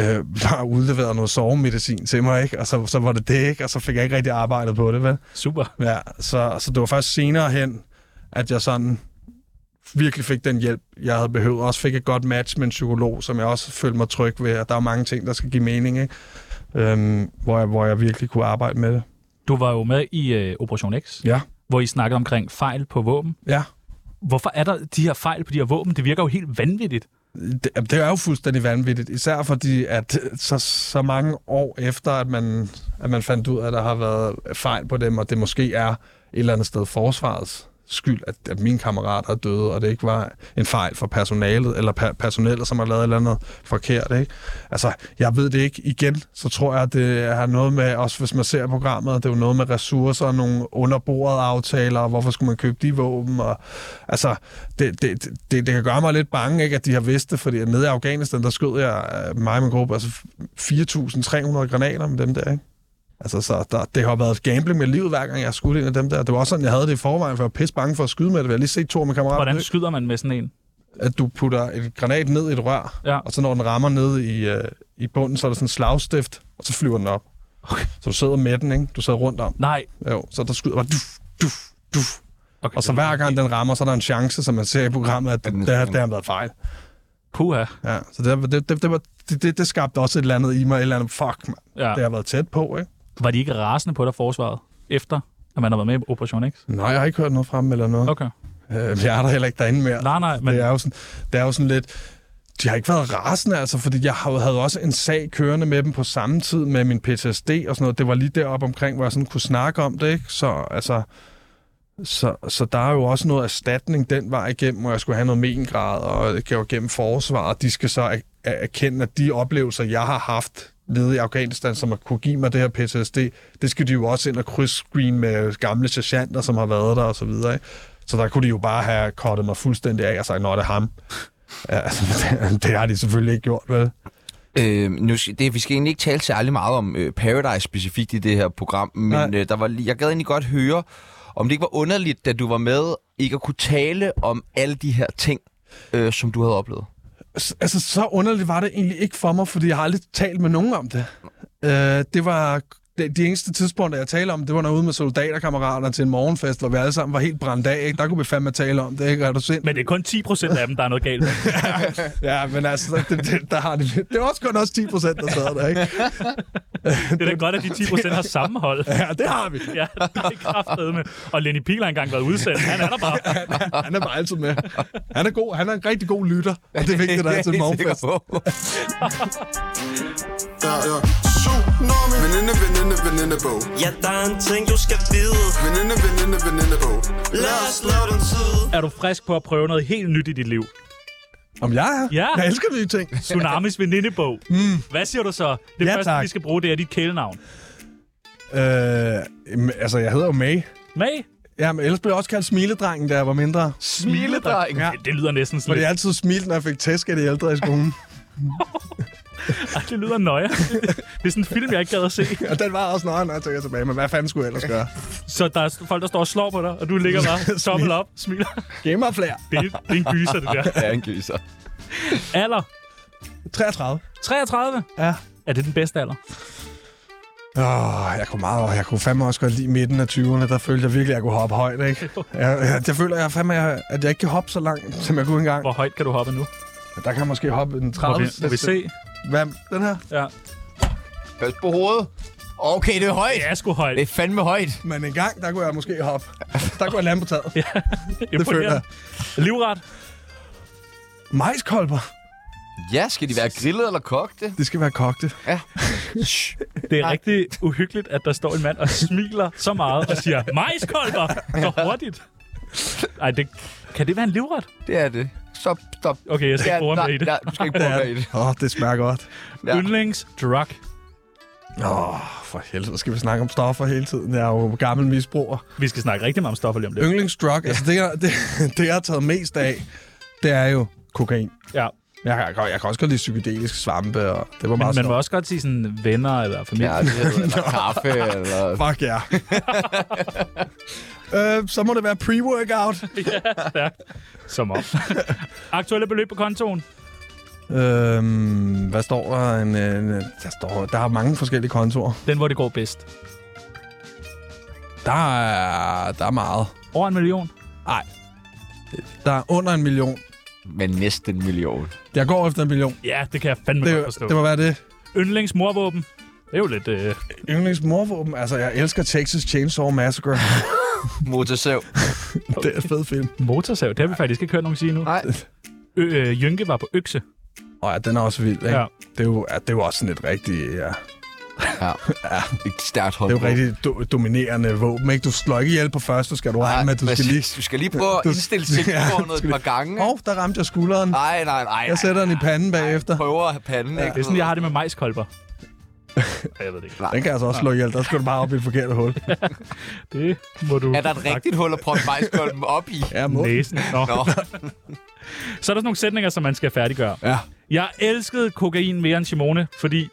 øh, har udleveret noget sovemedicin til mig, ikke? Og så, så var det det, ikke? Og så fik jeg ikke rigtig arbejdet på det, vel?
Super.
Ja, så, så det var først senere hen, at jeg sådan virkelig fik den hjælp, jeg havde behøvet. Også fik et godt match med en psykolog, som jeg også følte mig tryg ved. Og der er mange ting, der skal give mening, ikke? Øhm, hvor, jeg, hvor jeg virkelig kunne arbejde med det.
Du var jo med i øh, Operation X,
Ja.
hvor I snakkede omkring fejl på våben.
Ja.
Hvorfor er der de her fejl på de her våben? Det virker jo helt vanvittigt.
det, det er jo fuldstændig vanvittigt, især fordi, at så, så mange år efter, at man, at man fandt ud af, at der har været fejl på dem, og det måske er et eller andet sted forsvarets skyld, at, at min kammerat er døde, og det ikke var en fejl for personalet, eller per, personalet, som har lavet et eller andet forkert. Ikke? Altså, jeg ved det ikke. Igen, så tror jeg, at det har noget med, også hvis man ser programmet, det er jo noget med ressourcer, og nogle underbordet aftaler, og hvorfor skulle man købe de våben, og altså, det, det, det, det kan gøre mig lidt bange, ikke, at de har vidst det, fordi nede i Afghanistan, der skød jeg, øh, mig og min gruppe, altså 4.300 granater med dem der, ikke? Altså, så der, det har været et gambling med livet, hver gang jeg har skudt en af dem der. Det var også sådan, jeg havde det i forvejen, for jeg var pisse bange for at skyde med det. Jeg har lige set to af mine kammerater.
Hvordan skyder man med sådan en?
At du putter en granat ned i et rør,
Ja.
og så når den rammer ned i, øh, i bunden, så er der sådan en slagstift, og så flyver den op. Så du sidder med den, ikke? Du sidder rundt om.
Nej.
Jo, så der skyder bare duf, duf, duf.
Okay,
Og så hver gang den rammer, så er der en chance, som man ser i programmet, at
den-
det, der, der har været fejl.
Puha.
Ja, så det, det, det, det, var, det, det, det skabte også et eller andet i mig, et eller andet, fuck, man.
Ja.
det har været tæt på, ikke?
Var de ikke rasende på dig, forsvaret, efter at man har været med i Operation X?
Nej, jeg har ikke hørt noget frem eller noget.
Okay.
Okay. Øh, jeg er der heller ikke derinde mere.
Nej, nej, men
Altså, Det er jo sådan, det er jo sådan lidt... De har ikke været rasende, altså, fordi jeg har- havde også en sag kørende med dem på samme tid med min PTSD og sådan noget. Det var lige deroppe omkring, hvor jeg sådan kunne snakke om det, ikke? Så altså... Så, så der er jo også noget erstatning den vej igennem, og jeg skulle have noget mengrad, og jeg går gennem forsvar, og de skal så er- er- erkende, at de oplevelser, jeg har haft nede i Afghanistan, som har kunne give mig det her PTSD, det skal de jo også ind og krydsscreen med gamle sergeanter, som har været der og så videre. Ikke? Så der kunne de jo bare have kortet mig fuldstændig af og sagt, nå, det er ham. Ja, altså, det, det har de selvfølgelig ikke gjort, vel?
Øh, nu, skal- det, vi skal egentlig ikke tale særlig meget om øh, Paradise specifikt i det her program,
Nej.
men øh, der var, lige- jeg gad egentlig godt høre, om det ikke var underligt, da du var med, ikke at kunne tale om alle de her ting, øh, som du havde oplevet.
S- altså, så underligt var det egentlig ikke for mig, fordi jeg har aldrig talt med nogen om det. Øh, det var de, de eneste tidspunkter, jeg talte om, det var når jeg var ude med soldaterkammeraterne til en morgenfest, hvor vi alle sammen var helt brændt af. Ikke? Der kunne vi fandme tale om det, ikke? Er du sind?
Men det er kun 10 procent af dem, der er noget galt med.
Ja, men altså, det, det, der har de, det er også kun også 10 procent, der sad der, ikke?
Det er da godt, at de 10 procent har sammenhold.
Ja, det har vi.
Ja, det er kraftedeme. Og Lenny Pihl har engang været udsendt. Han er der bare.
Han er bare altid med. Han er, god, han er en rigtig god lytter, og det er vigtigt, at
Det
han er til en
jeg helt
morgenfest.
sikker på.
Der er tsunami Veninde, veninde, venindebog
Ja, der er en ting, du skal vide.
Veninde, veninde, venindebog
Lad os lave den tid.
Er du frisk på at prøve noget helt nyt i dit liv?
Om jeg er?
Ja.
Jeg elsker nye ting.
Tsunamis venindebog. Mm. Hvad siger du så? Det
Ja,
første,
tak.
vi skal bruge, det er dit kælenavn.
Øh, jamen, altså, jeg hedder jo May.
Mag?
Jamen, ellers blev jeg også kaldt smiledrengen, da jeg var mindre.
Smiledreng.
Ja.
Det, det lyder næsten
Fordi
slet.
jeg altid smilte, når jeg fik tæsk af de ældre i skolen.
Ej, det lyder nøje. Det er sådan en film, jeg ikke gad at se.
og den var også nøjeren, når jeg tænker tilbage. Men hvad fanden skulle jeg ellers gøre?
Så der er folk, der står og slår på dig, og du ligger bare tommel op, smiler.
Giv mig flere.
Det er, det er en gyser, det der.
Ja, en gyser.
Alder?
33.
33?
Ja.
Er det den bedste alder?
Åh, jeg kunne meget, jeg kunne fandme også godt lide midten af 20'erne, der følte jeg virkelig, at jeg kunne hoppe højt, ikke? Jeg, jeg, jeg føler, jeg fandme, jeg, at jeg ikke kan hoppe så langt, som jeg kunne engang.
Hvor højt kan du hoppe nu?
Der kan jeg måske hoppe en
Må
30.
vi, må vi se?
Hvad, den her?
Ja.
Pas på hovedet. Okay, det er højt.
Det er sgu højt.
Det er fandme højt.
Men en gang, der kunne jeg måske hoppe. Der kunne jeg lande på taget.
Imponerende. Livret?
Majskolber.
Ja, skal de være grillet eller kogte?
Det skal være kogte.
Det er rigtig uhyggeligt, at der står en mand og smiler så meget og siger, majskolber! Så hurtigt. Ej, det, kan det være en livret?
Det er det. Stop, stop.
Okay, jeg skal ikke bruge
nej,
mig i det.
nej, du skal ikke bruge mig i det.
Åh, oh, det smager godt.
Ja.
Yndlingsdrug.
Åh, oh, for helvede, skal vi snakke om stoffer hele tiden. Jeg er jo gammel misbruger.
Vi skal snakke rigtig meget om stoffer lige om lidt.
Yndlingsdrug, altså det, jeg, det, det, jeg har taget mest af, det er jo kokain.
Ja.
Jeg, kan- jeg, kan- jeg kan også godt lide psykedeliske svampe, og det var
Men
meget
man må også godt sige sådan venner eller familie.
Ja, det er det. Eller kaffe, eller...
Fuck ja. øh, så må det være pre-workout.
Som om. Aktuelle beløb på kontoen.
øhm, hvad står der? En, en, der, står, der er mange forskellige kontorer.
Den, hvor det går bedst.
Der er, der er meget.
Over en million.
Der er under en million.
Men næsten en million.
Jeg går efter en million.
Ja, det kan jeg fandme godt
Det,
forstå.
det må være det.
Yndlingsmorvåben. Det er jo lidt... Øh...
Yndlingsmorvåben. Altså, jeg elsker Texas Chainsaw Massacre.
Motorsav.
det er en fed film.
Motorsav, det har vi faktisk ikke hørt nogen sige nu.
Nej.
Ø- øh, Jynke var på økse.
Og ja, den er også vild, ikke?
Ja.
Ja. Det, er jo, ja, det er jo også sådan et rigtig... Ja.
Ja. Et stærkt hold.
Det er jo rigtig do- dominerende våben, ikke? Du slår ikke ihjel på første, skal du regne med, du skal lige...
Du skal lige prøve at
Du-
indstille sigtekornet
Ja,
et par gange.
Åh, oh, der ramte jeg skulderen.
Nej, nej, nej.
Jeg sætter den i panden bagefter.
Prøver at have panden, ikke?
Det er sådan, jeg har det med majskolber. Ej, jeg ved det ikke.
Den kan altså også slå ihjel. Der skal du bare op i det forkerte hul.
Det må du...
Er der et rigtigt hul at proppe majskolben op i?
Ja, må.
Næsen. Nå.
Nå,
Så er der sådan nogle sætninger, som man skal færdiggøre.
Ja.
Jeg elskede kokain mere end Simone, fordi...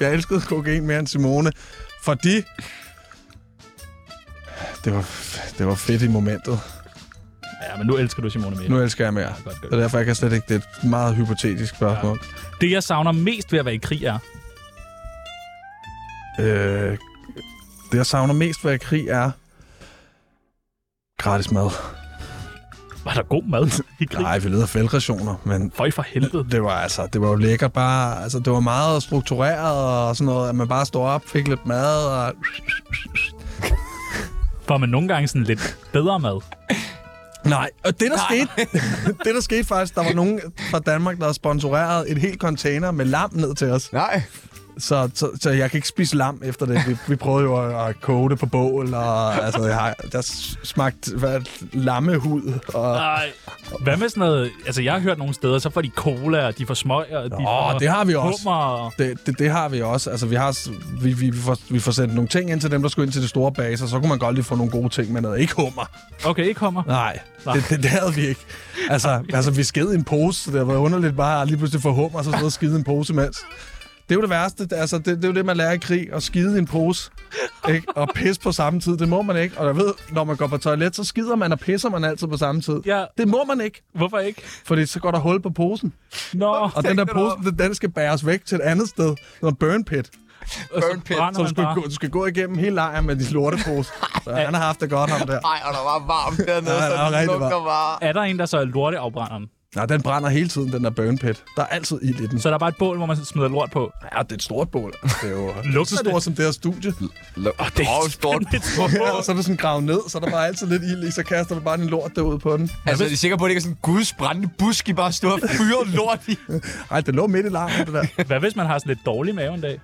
Jeg elskede kokain mere end Simone, fordi... Det var, det var fedt i momentet.
Ja, men nu elsker du Simone mere.
Nu elsker jeg mere.
Godt, godt.
Det er derfor, jeg kan slet ikke... Det er et meget hypotetisk spørgsmål.
Det, jeg savner mest ved at være i krig, er...
Øh, det, jeg savner mest ved at krig, er... Gratis mad.
Var der god mad i krig?
Nej, vi leder feltrationer, men
Føj for helvede.
Det var altså, det var jo lækkert bare, altså det var meget struktureret og sådan noget, at man bare stod op, fik lidt mad og...
Får man nogle gange sådan lidt bedre mad?
Nej, og det der, skete, det der skete faktisk, der var nogen fra Danmark, der havde sponsoreret et helt container med lam ned til os.
nej.
Så, så, så jeg kan ikke spise lam efter det. Vi, vi prøvede jo at, at koge det på bål, og altså, jeg har, der smagt hvad, lammehud. Og,
Nej. Hvad med sådan noget... Altså, jeg har hørt nogle steder, så får de cola, og de får smøger, og de
Åh,
får
det har vi også.
hummer, og...
Det, det, det har vi også. Altså, vi, har, s- vi, vi, vi, får, vi får sendt nogle ting ind til dem, der skulle ind til det store base, og så kunne man godt lige få nogle gode ting med noget. Ikke hummer.
Okay, ikke hummer.
Nej, det, det, det havde vi ikke. Altså, altså vi sked i en pose, så det var underligt bare at lige pludselig få hummer, og så sidde og skide i en pose imens. Det er jo det værste. Altså, det, det er jo det, man lærer i krig, at skide i en pose. Ikke? Og pisse på samme tid, det må man ikke. Og jeg ved, når man går på toilet, så skider man og pisser man altid på samme tid.
Ja,
Det må man ikke,
hvorfor ikke?
fordi så går der hul på posen.
Nå,
Og den der pose, den- den skal bæres væk til et andet sted. Sådan en burn pit.
og så
burn pit,
brænder
Så du
man
skal,
bare.
gå, du skal gå igennem hele lejren med dit lortepose. Så han har haft det godt, ham der.
Nej, og der var varmt dernede,
Ja, der var
så det
rigtig
lugter bare.
Er der en, der så er lorteafbrænderen?
Nej, den brænder hele tiden, den der burn pit. Der er altid ild i den.
Så er der bare et bål, hvor man smider lort på.
Ja, det er et stort bål. Det er jo det er så
det?
stort som det her studie.
Oh, det er stort.
Ja, og så er det sådan gravet ned, så er der bare altid lidt ild i, så kaster man bare en lort derude på den.
Altså, er I sikre på, at det ikke er sådan en gudsbrændende busk, I bare stod og fyrede lort i?
Ej, det lå midt i larmen, det der.
Hvad hvis man har sådan lidt dårlig mave en dag?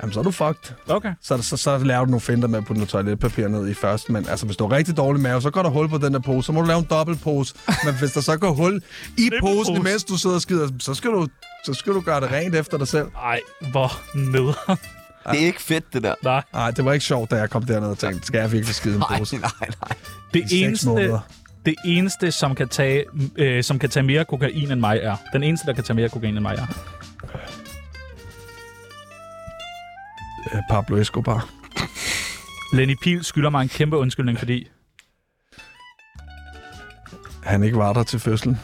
Jamen, så er du fucked.
Okay.
Så, så, så laver du nogle finder med at putte noget toiletpapir ned i først, men altså, hvis du har rigtig dårlig mave, så går der hul på den der pose, så må du lave en dobbeltpose. Men hvis der så går hul i posen, imens du sidder og skider, så skal du, så skal du gøre det rent efter dig selv.
Ej, hvor nede.
Det er ikke fedt, det der.
Nej,
Nej, det var ikke sjovt, da jeg kom derned og tænkte, skal jeg virkelig skide i en
Nej,
pose?
nej, nej.
det
seks
eneste,
måneder.
det eneste som, kan tage, øh, som kan tage mere kokain end mig er. Den eneste, der kan tage mere kokain end mig er.
Øh, Pablo Escobar.
Lenny Pil skylder mig en kæmpe undskyldning, fordi...
Han ikke var der til fødslen.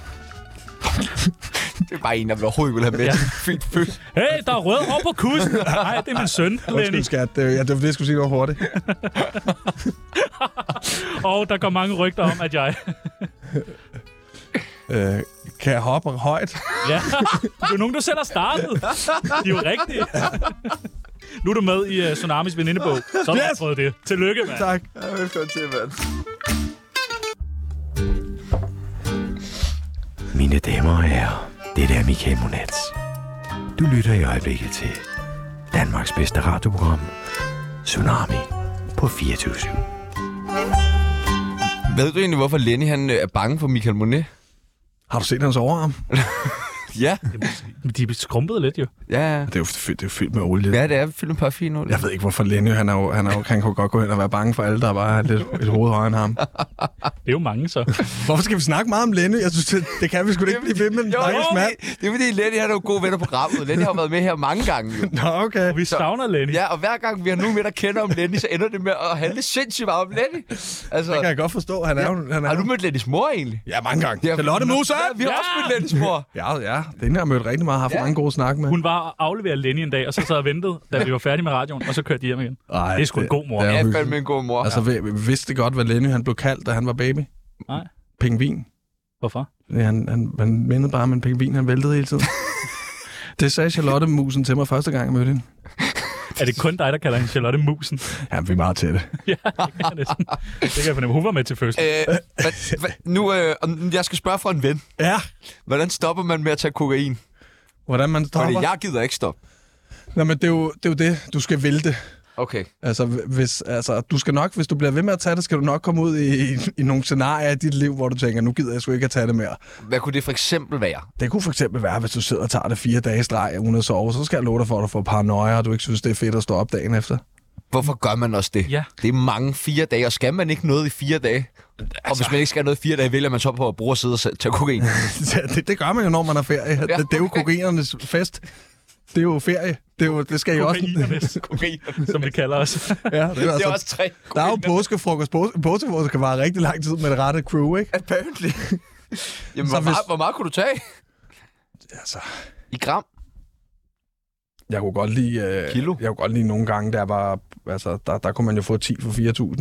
Det er bare en, der vil overhovedet ikke vil have med.
Ja.
Fint født.
Hey, der er rød hår på kussen! Nej, det er min søn, Lenny.
Undskyld, skat. Det, ja, det var det, jeg skulle sige, det var hurtigt.
Og der går mange rygter om, at jeg...
Øh, kan jeg hoppe højt?
Ja, det er jo nogen, du selv har startet. De er jo rigtige. Nu er du med i uh, Tsunamis venindebog. Så har du yes. prøvet det. Tillykke, mand.
Tak.
Ja, velkommen til, mand.
Mine damer og herrer, det er Michael Monats. Du lytter i øjeblikket til Danmarks bedste radioprogram, Tsunami på 24
Ved du egentlig, hvorfor Lenny han øh, er bange for Michael Monet?
Har du set hans overarm?
Ja,
De er skrumpet lidt, jo.
ja, ja.
Det er jo, fy- det er jo fyldt med olie.
Ja, det er fyldt med parfum nu.
Jeg ved ikke, hvorfor Lenny, han, er jo, han, er jo, han kunne godt gå hen og være bange for alle, der bare har lidt, et hoved højere end ham.
Det er jo mange, så.
Hvorfor skal vi snakke meget om Lenny? Jeg synes, det, det kan vi sgu da ikke blive ved med den
Jo,
stakkels mand.
det, det er fordi Lenny han er jo gode venner på programmet. Lenny har været med her mange gange. Jo.
Nå, okay.
Vi savner Lenny.
Ja, og hver gang vi har nogen med, der kender om Lenny, så ender det med at handle sindssygt meget om Lenny. Altså,
Det kan jeg godt forstå. Han er jo... Han er
har
jo
du mødt Lennys mor egentlig?
ja, mange gange. Ja, Charlotte Musa!
Ja, vi har også mødt Lennys mor.
Ja, ja. Den har jeg mødt rigtig meget, haft ja. mange gode snak med.
Hun var og aflevere Lenny en dag, og så sad og ventede, da vi var færdige med radioen, og så kørte de hjem igen.
Ej,
det er sgu en god mor.
det er
Ja,
jo
fandme
hyggeligt.
en god mor.
Altså, vi- vi vidste godt, hvad Lenny han blev kaldt, da han var baby?
Nej.
Pingvin.
Hvorfor?
Ja, han, han, han mindede bare om en pingvin, han væltede hele tiden. det sagde Charlotte Musen til mig første gang, jeg mødte hende.
Er det kun dig, der kalder hende Charlotte Musen?
Ja, vi er meget tætte.
Det kan jeg næsten- det kan jeg fornemme. Hun var med til fødsel.
Øh, hva, hva, nu, øh, om- jeg skal spørge for en ven.
Ja.
Hvordan stopper man med at tage kokain?
Hvordan man
Fordi
stopper? Jeg...
jeg gider ikke stoppe.
Nå, men det er, jo, det er jo det. Du skal vælte.
Okay.
Altså, hvis, altså, du skal nok, hvis du bliver ved med at tage det, skal du nok komme ud i, i, i nogle scenarier i dit liv, hvor du tænker, nu gider jeg sgu ikke at tage det mere.
Hvad kunne det for eksempel være?
Det kunne for eksempel være, hvis du sidder og tager det fire dage i streg uden at sove, så skal jeg love dig for, at du får paranoia, og du ikke synes, det er fedt at stå op dagen efter.
Hvorfor gør man også det?
Ja.
Det er mange fire dage, og skal man ikke noget i fire dage? Altså... Og hvis man ikke skal noget i fire dage, vælger man så på at bruge og sidde og s- tage kokain.
Ja, det, det gør man jo, når man har ferie. Ja, det, det er jo kokainernes fest. Det er jo ferie. Det, er jo, det skal jo også...
Kokainernes,
kokain.
som vi kalder os.
Ja, det er,
Det
altså,
er også tre.
der er jo påskefrokost. Påske, påskefrokost kan vare rigtig lang tid med det rette crew, ikke?
Apparently. Jamen,
Så
hvor,
hvis-
meget, hvor meget kunne du tage?
Altså,
I gram?
jeg kunne godt lide... Øh,
Kilo?
Jeg kunne godt lide nogle gange, der var... Altså, der, der kunne man jo få 10 for 4.000, ikke?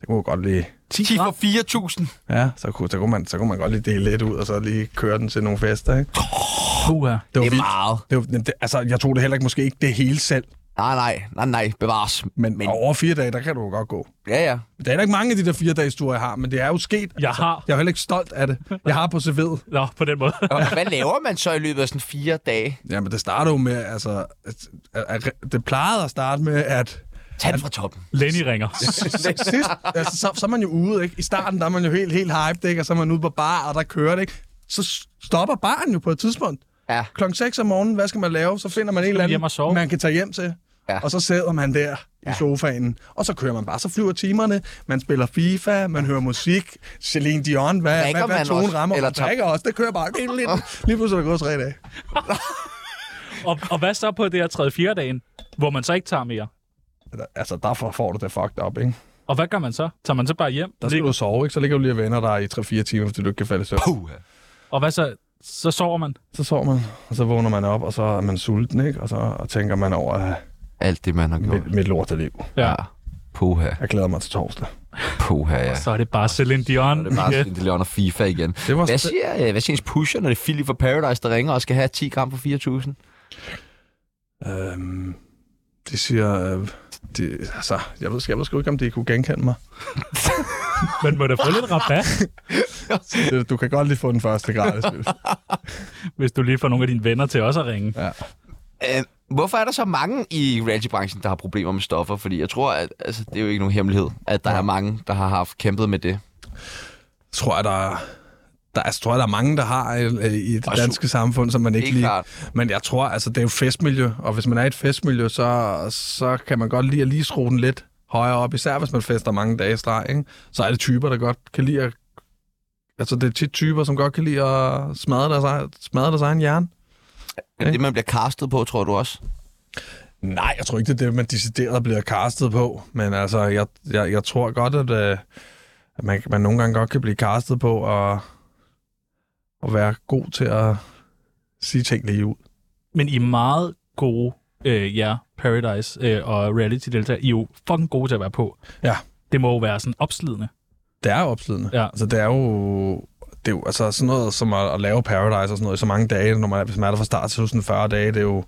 Det kunne jeg godt lide.
10, 10 for 4.000.
Ja, så kunne, så, kunne man, så kunne man godt lige dele lidt ud, og så lige køre den til nogle fester, ikke?
Puha.
Det var
Det er
vildt.
meget.
Det var, det, altså, jeg tog det heller ikke, måske ikke det hele selv.
Nej, nej, nej, nej, bevares.
Men, men... over fire dage, der kan du jo godt gå.
Ja, ja.
Der er heller ikke mange af de der fire dages ture, jeg har, men det er jo sket. Altså,
Jeg har.
Jeg er jo heller ikke stolt af det. Jeg har på CV'et.
Nå, på den måde.
Og hvad laver man så i løbet af sådan fire dage?
Jamen, det starter jo med, altså... At, at, at, det plejede at starte med, at...
Tag den fra toppen.
Lenny ringer.
Sidst, altså, så, så er man jo ude, ikke? I starten, der er man jo helt, helt hyped, ikke? Og så er man ude på bar, og der kører det, ikke? Så s- stopper baren jo på et tidspunkt.
Ja.
Klokken 6 om morgenen, hvad skal man lave? Så finder man en eller
man hjem og sove.
anden, man kan tage hjem til.
Ja.
Og så sidder man der ja. i sofaen, og så kører man bare. Så flyver timerne, man spiller FIFA, man hører musik, Celine Dion, hvad,
Drikker
hvad, hvad
man
tonen
også?
rammer,
Eller
eller
tager-
drikker også. Det kører bare lige, lige, lige pludselig er der gået tre dage.
Og, og hvad så på det her tredje fjerde dagen, hvor man så ikke tager mere?
Altså, derfor får du det fucked up, ikke?
Og hvad gør man så? Tager man så bare hjem?
Der skal du sove, ikke? Så ligger du lige og vender dig i 3-4 timer, fordi du ikke kan falde i søvn.
Puh.
Og hvad så? Så sover man.
Så sover man, og så vågner man op, og så er man sulten, ikke? Og så og tænker man over øh,
Alt det, man har gjort.
mit, mit lorteliv.
Ja.
Puha.
Jeg glæder mig til torsdag.
Puha, ja.
Så er det bare Celine Dion.
Det er bare
igen.
sådan, det laver FIFA igen.
Det var
Hvad
st-
siger, øh, hvad siger ens pusher, når det er Philip fra Paradise, der ringer og skal have 10 gram for 4.000?
Øhm, de siger... Øh, de, altså, jeg ved, jeg ved sgu ikke, om de kunne genkende mig.
Man må da få lidt rabat,
Det- Du kan godt lige få den første gratis. hvis-
hvis du lige får nogle af dine venner til også at ringe.
Øh, hvorfor er der så mange i reality-branchen, der har problemer med stoffer? Fordi jeg tror, at altså, det er jo ikke nogen hemmelighed, at der er mange, der har haft kæmpet med det.
tror jeg, der er, der, er, tror jeg, der er mange, der har øh, i det
Også-
danske samfund, som man ikke
Helt
lige...
klart.
Men jeg tror, altså, det er jo festmiljø, og hvis man er i et festmiljø, så, så kan man godt lide at lige skrue den lidt højere op, især hvis man fester mange dage i streg, ikke? Så er det typer, der godt kan lide at... Altså, det er tit typer, som godt kan lide at smadre deres, egen- smadre deres egen hjerne.
Er det det, man bliver castet på, tror du også?
Nej, jeg tror ikke, det er det, man decideret bliver castet på. Men altså, jeg, jeg, jeg tror godt, at, øh, at man, man nogle gange godt kan blive castet på at, at være god til at sige ting lige ud.
Men I er meget gode, øh, ja, Paradise øh, og Reality Delta. I er jo fucking gode til at være på.
Ja.
Det må jo være sådan opslidende.
Det er jo opslidende.
Ja.
Altså, det er jo... Det er jo altså sådan noget som at, at lave Paradise og sådan noget i så mange dage, når man, er- hvis man er der fra start til sådan 40 dage, det er jo, det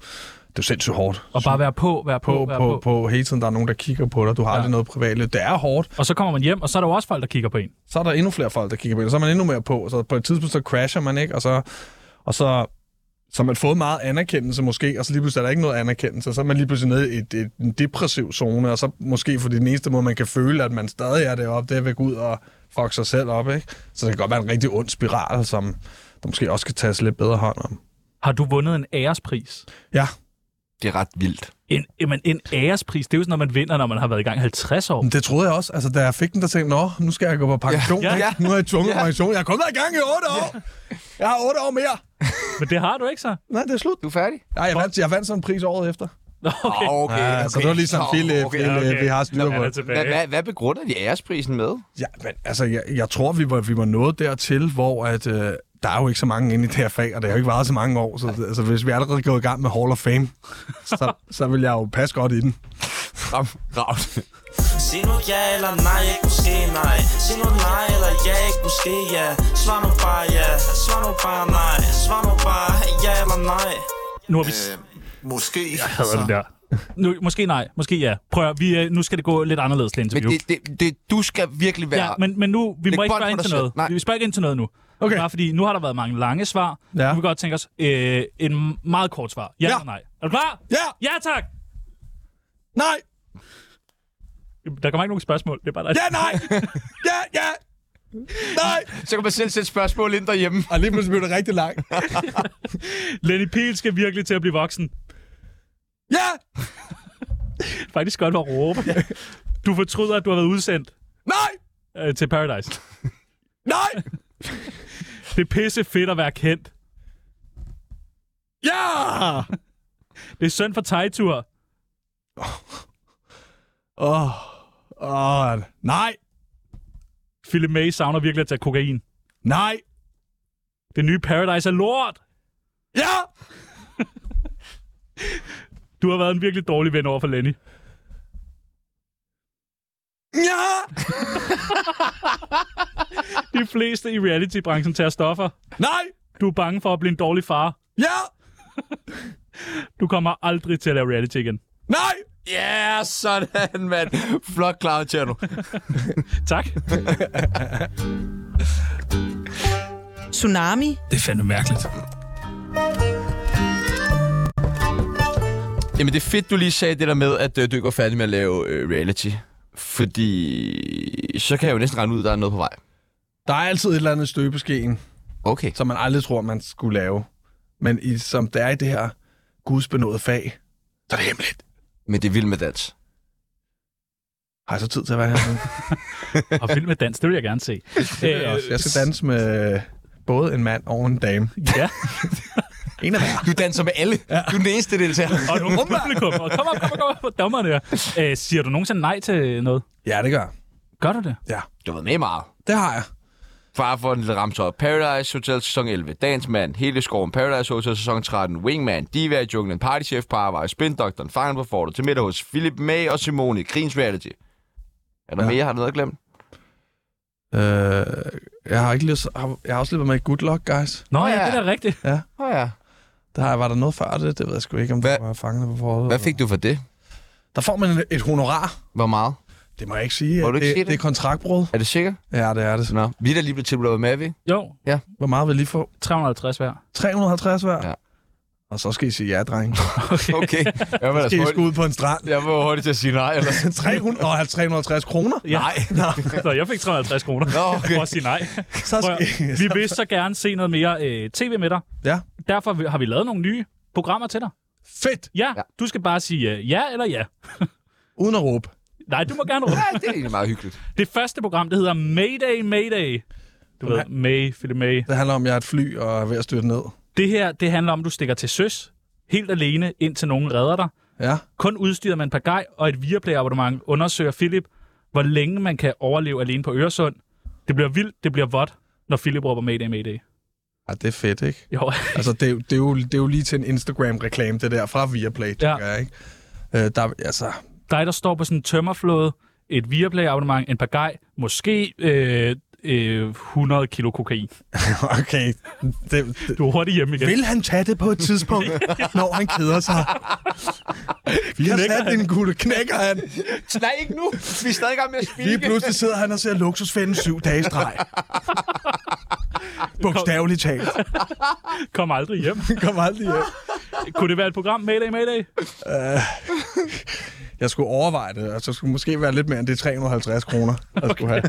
er jo sindssygt hårdt.
Og bare være på, være på,
på,
være
på,
på.
på, hele tiden, der er nogen, der kigger på dig. Du har
Ja.
aldrig noget privatliv. Det er hårdt,
Og så kommer man hjem, og så er der jo også folk, der kigger på en.
så er der endnu flere folk, der kigger på det, og så er man endnu mere på, så på et tidspunkt, så crasher man, ikke? Og så, og så, så har man fået meget anerkendelse måske, og så lige pludselig er der ikke noget anerkendelse, så er man lige pludselig nede i et, et, en depressiv zone, og så måske for den eneste måde, man kan føle, at man stadig er deroppe, det er ved at gå ud og fuck sig selv op, ikke? Så det kan godt være en rigtig ond spiral, som der måske også kan tages lidt bedre hånd om.
Har du vundet en ærespris?
Ja,
Det er ret vildt.
En, jamen, en ærespris, det er jo sådan, når man vinder, når man har været i gang 50 år.
men det troede jeg også. Altså, da jeg fik den, der tænkte, nå, nu skal jeg gå på pension.
Ja.
Ja. Ja. Nu har jeg tvunget ja. pension. Jeg er kommet i gang i otte år. Jeg har otte år mere.
Men det har du ikke så.
Nej, det er slut.
Du er færdig?
Nej, jeg vandt, jeg vandt sådan en pris året efter.
Nå, okay.
Ah, okay,
Ja, så det var ligesom
Nå,
Philip,
okay. altså-
Philip. vi har styr
Nå,
på
han er
det.
Hvad,
tilbage.
hvad, hvad begrunder de æresprisen med?
Ja, men altså, jeg, jeg tror, vi var, vi var nået dertil, hvor at, øh, der er jo ikke så mange inde i det her fag, og det har jo ikke varet så mange år, så altså, hvis vi allerede er gået i gang med Hall of Fame, så, så vil jeg jo passe godt i den.
Ram, ravt.
Sig nu ja eller nej, ikke måske nej Sig nu nej eller ja, ikke måske ja Svar nu bare ja, svar nu bare nej Svar nu bare ja eller nej
Nu har vi... Øh,
Måske.
hader den der. Nu, måske nej, måske ja. Prøv at, høre, vi, øh, nu skal det gå lidt anderledes, det
Men
interview.
det, det, det, du skal virkelig være...
Ja, men, men nu, vi
Læg
må ikke
bånd på
spørge ind
dig
til
selv.
noget.
Nej.
Vi spørger ikke ind til noget nu.
Okay.
Bare fordi nu har der været mange lange svar.
Ja.
Nu vil vi godt tænke os øh, en meget kort svar. Ja,
Ja.
ja. eller nej. Er du klar?
Ja,
Ja, tak!
nej,
Der kommer ikke nogen spørgsmål. Det er bare dig.
ja, nej, ja, ja, nej.
Så kan man selv sætte spørgsmål ind derhjemme.
Og lige pludselig blev det rigtig langt.
Lenny Pihl skal virkelig til at blive voksen.
Ja,
Faktisk godt var råbe. Du fortryder, at du har været udsendt
nej,
øh, til Paradise.
nej,
Det er pisse fedt at være kendt.
ja.
Det er synd for Tejtur.
Åh, oh, oh, nej,
Philip May savner virkelig at tage kokain.
nej,
Det nye Paradise er lort.
ja,
Du har været en virkelig dårlig ven over for Lenny.
ja,
De fleste i reality-branchen tager stoffer.
nej,
Du er bange for at blive en dårlig far.
ja,
Du kommer aldrig til at lave reality igen.
Nej! Ja, yeah, sådan, mand. Flot Cloud Channel.
tak.
Tsunami.
Det er fandme mærkeligt.
Jamen, det er fedt, du lige sagde det der med, at øh, du ikke var færdig med at lave øh, reality. Fordi så kan jeg jo næsten regne ud, at der er noget på vej.
Der er altid et eller andet støbeskeen,
okay.
som man aldrig tror, man skulle lave. Men i, som det er i det her gudsbenåede fag, så er det hemmeligt.
Men det er vildt med dans.
Har jeg så tid til at være her nu?
Og vild med dans, det vil jeg gerne se. Øh,
Det vil jeg også. Jeg skal danse med både en mand og en dame.
Ja.
En af hver.
Du danser med alle. Ja. Du er den eneste deltager.
Og du er publikum. Og kom op, kom op, kom op på dommerne her. Øh, siger du nogensinde nej til noget?
Ja, det gør jeg.
Gør du det?
Ja,
Du har været med i meget.
det har jeg.
Far for en lille ramse op. Paradise Hotel sæson 11. Dansmand. Hele skoven. Paradise Hotel sæson 13. Wingman. Diva i junglen. Partychef på arbejde. Spindoktoren. Fangen på fortet. Til middag hos Philip May og Simone. Krigens reality. Er der ja.
Ja.
mere? Har du noget glemt?
Øh, jeg har ikke lige, så- har- jeg har også lige været med i Good Luck, guys.
Nå ja,
ja.
det er da rigtigt.
Åh oh, ja.
Der har- var der noget før det, det ved jeg sgu ikke, om
Hvad-
det var fanget på forhånd.
Hvad fik du for det?
Der får man et honorar.
Hvor meget?
Det må jeg ikke sige.
Må du ikke
det,
sige det?
det er kontraktbrud.
Er det sikkert?
Ja, det er det.
Nå. Vi er da lige blevet tilbudt at være med, er vi?
Jo,
Hvor meget vil I få?
350 hver.
350 hver?
Ja.
Og så skal I sige ja, dreng. Så
Okay. Jeg var,
skal I
altså
sgu
hurtigt,
ud på en strand.
jeg var hurtigt til at sige nej. Eller?
300, og 350 kroner?
Ja. Nej. Så jeg fik 350 kroner.
Nå, okay.
For at sige nej.
Så
Prøv at-
skal I...
Vi vil så gerne se noget mere øh, tv med dig.
Ja.
Derfor vi- har vi lavet nogle nye programmer til dig.
Fedt!
Ja,
Ja.
ja. du skal bare sige øh, ja eller ja.
Uden at råbe.
Nej, du må gerne råbe.
Ja, det er egentlig meget hyggeligt.
Det første program, det hedder Mayday Mayday. Du ved, May, Philip May.
Det handler om, at jeg er et fly og er ved at styrte ned.
Det her, det handler om, at du stikker til søs, helt alene, indtil nogen redder dig.
Ja.
Kun udstyret med en pagaj og et Viaplay-abonnement undersøger Philip, hvor længe man kan overleve alene på Øresund. Det bliver vildt, det bliver vådt, når Philip råber Mayday Mayday.
Ej, det er fedt, ikke?
Jo,
Altså, det, er jo- det, er jo, det er jo lige til en Instagram-reklame, det der, fra Viaplay, ja. tænker jeg, ikke? Øh, der, altså,
dig, der står på sådan en tømmerflåde, et Viaplay-abonnement, en pagaj, måske øh, øh, 100 kilo kokain.
okay. Det, det,
Du er hurtigt hjemme igen.
vil han tage det på et tidspunkt, når han keder sig? Vi har
Knækker
sat en gutte, knækker han.
Nej, ikke nu. Vi er stadig i gang med at
Lige pludselig sidder han og ser luksusfælden syv dage i streg. Bogstaveligt talt.
Kom aldrig hjem.
Kom aldrig hjem.
Kunne det være et program? Mayday, mayday.
Jeg skulle overveje det, og så skulle det måske være lidt mere end de 350 kroner, jeg skulle have.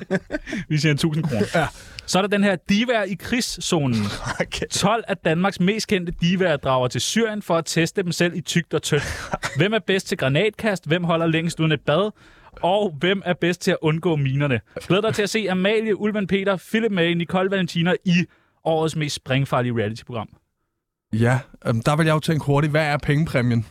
Vi siger en 1000 kroner. Ja. Så er der den her diva i krigszonen.
Okay.
12 af Danmarks mest kendte divaer drager til Syrien for at teste dem selv i tygt og tyndt. Hvem er bedst til granatkast? Hvem holder længst uden et bad? Og hvem er bedst til at undgå minerne? Glæd dig til at se Amalie, Ulven Peter, Philip May, Nicole Valentina i årets mest springfarlige reality-program.
Ja, øhm, der vil jeg jo tænke hurtigt, hvad er pengepræmien?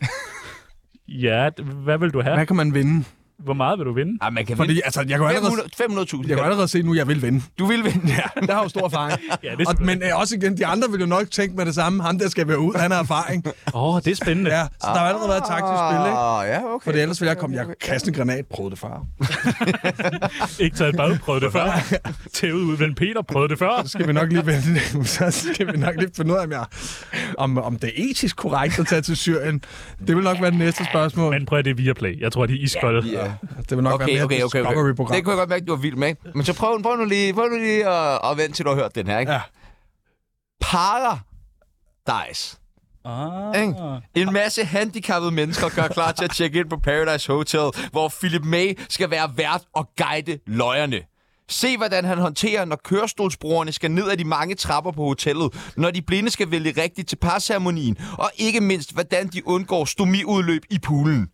Ja, d- hvad vil du have?
Hvad kan man vinde?
Hvor meget vil du vinde?
Ah, man kan
Fordi
vinde
altså, jeg kan jo allerede,
500 500.000.
jeg kan jo allerede se nu, at jeg vil vinde.
Du vil vinde. Ja.
Jeg har jo stor erfaring.
Ja, det er
og,
selvfølgelig-
men øh, også igen, de andre vil jo nok tænke med det samme. Ham der skal være ud, han har erfaring.
Åh, oh, det er spændende.
Ja, så der har allerede været et taktisk spil, ikke?
Ah, ja, okay.
Fordi ellers ville jeg komme, jeg kunne kaste en granat, prøvede det far.
Ikke taget et bad, prøvede det før. Tævet Ulven Peter, prøvede det før.
Så skal vi nok lige vente, så skal vi nok lige finde ud af, om, jeg, om, om det er etisk korrekt at tage til Syrien. Det vil nok være det næste spørgsmål.
Men prøv at det er Viaplay. Jeg tror, de er iskolde.
Ja.
det vil nok være
Okay,
mere
okay,
et
okay, okay.
Discovery-program.
Det kunne jeg godt mærke, du var vild med. ikke? Men så prøv, prøv nu lige, prøv nu lige at, at vente til, du har hørt den her. Ikke?
Ja.
Paradise.
Ah.
En masse handicappede mennesker gør klar til at tjekke ind på Paradise Hotel, hvor Philip May skal være vært og guide løjerne. Se, hvordan han håndterer, når kørestolsbrugerne skal ned ad de mange trapper på hotellet, når de blinde skal vælge rigtigt til parceremonien, og ikke mindst, hvordan de undgår stomiudløb i poolen.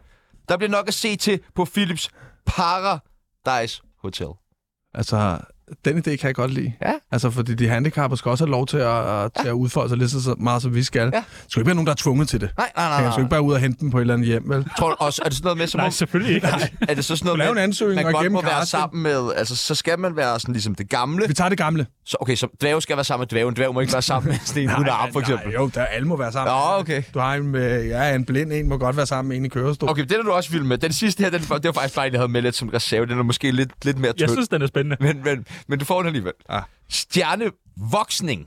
Der bliver nok at se til på Philips Paradise Hotel.
Altså, den idé kan jeg godt lide.
Ja.
Altså, fordi de handicappede skal også have lov til at, at, til at udfolde sig lige så meget, som vi skal. Ja. Der skal ikke være nogen, der er tvunget til det.
Nej, nej, nej.
Jeg skal
nej.
ikke bare ud og hente dem på et eller andet hjem, vel?
Tror du også, er det sådan noget med, som
Nej,
om,
selvfølgelig ikke.
er det så sådan
lave
noget
en ansøgning
man
og
godt må
gennem
være
casting.
sammen med, altså så skal man være sådan ligesom det gamle,
Vi tager det gamle.
Så, okay, så dværge skal være sammen med dværge. En dværge må ikke være sammen med sådan en uden arm, for eksempel.
Nej, jo, der alle må være sammen.
Nå, okay.
Du har en, øh, ja, en blind en, må godt være sammen med en i kørestol.
Okay, den er du også vild med. Den sidste her, den, det var faktisk fejl, jeg havde med lidt som reserve. Den er måske lidt, lidt mere
Jeg
tynd. Synes...
synes, den er spændende.
Men, men, men du får den alligevel.
Ah.
Stjernevoksning.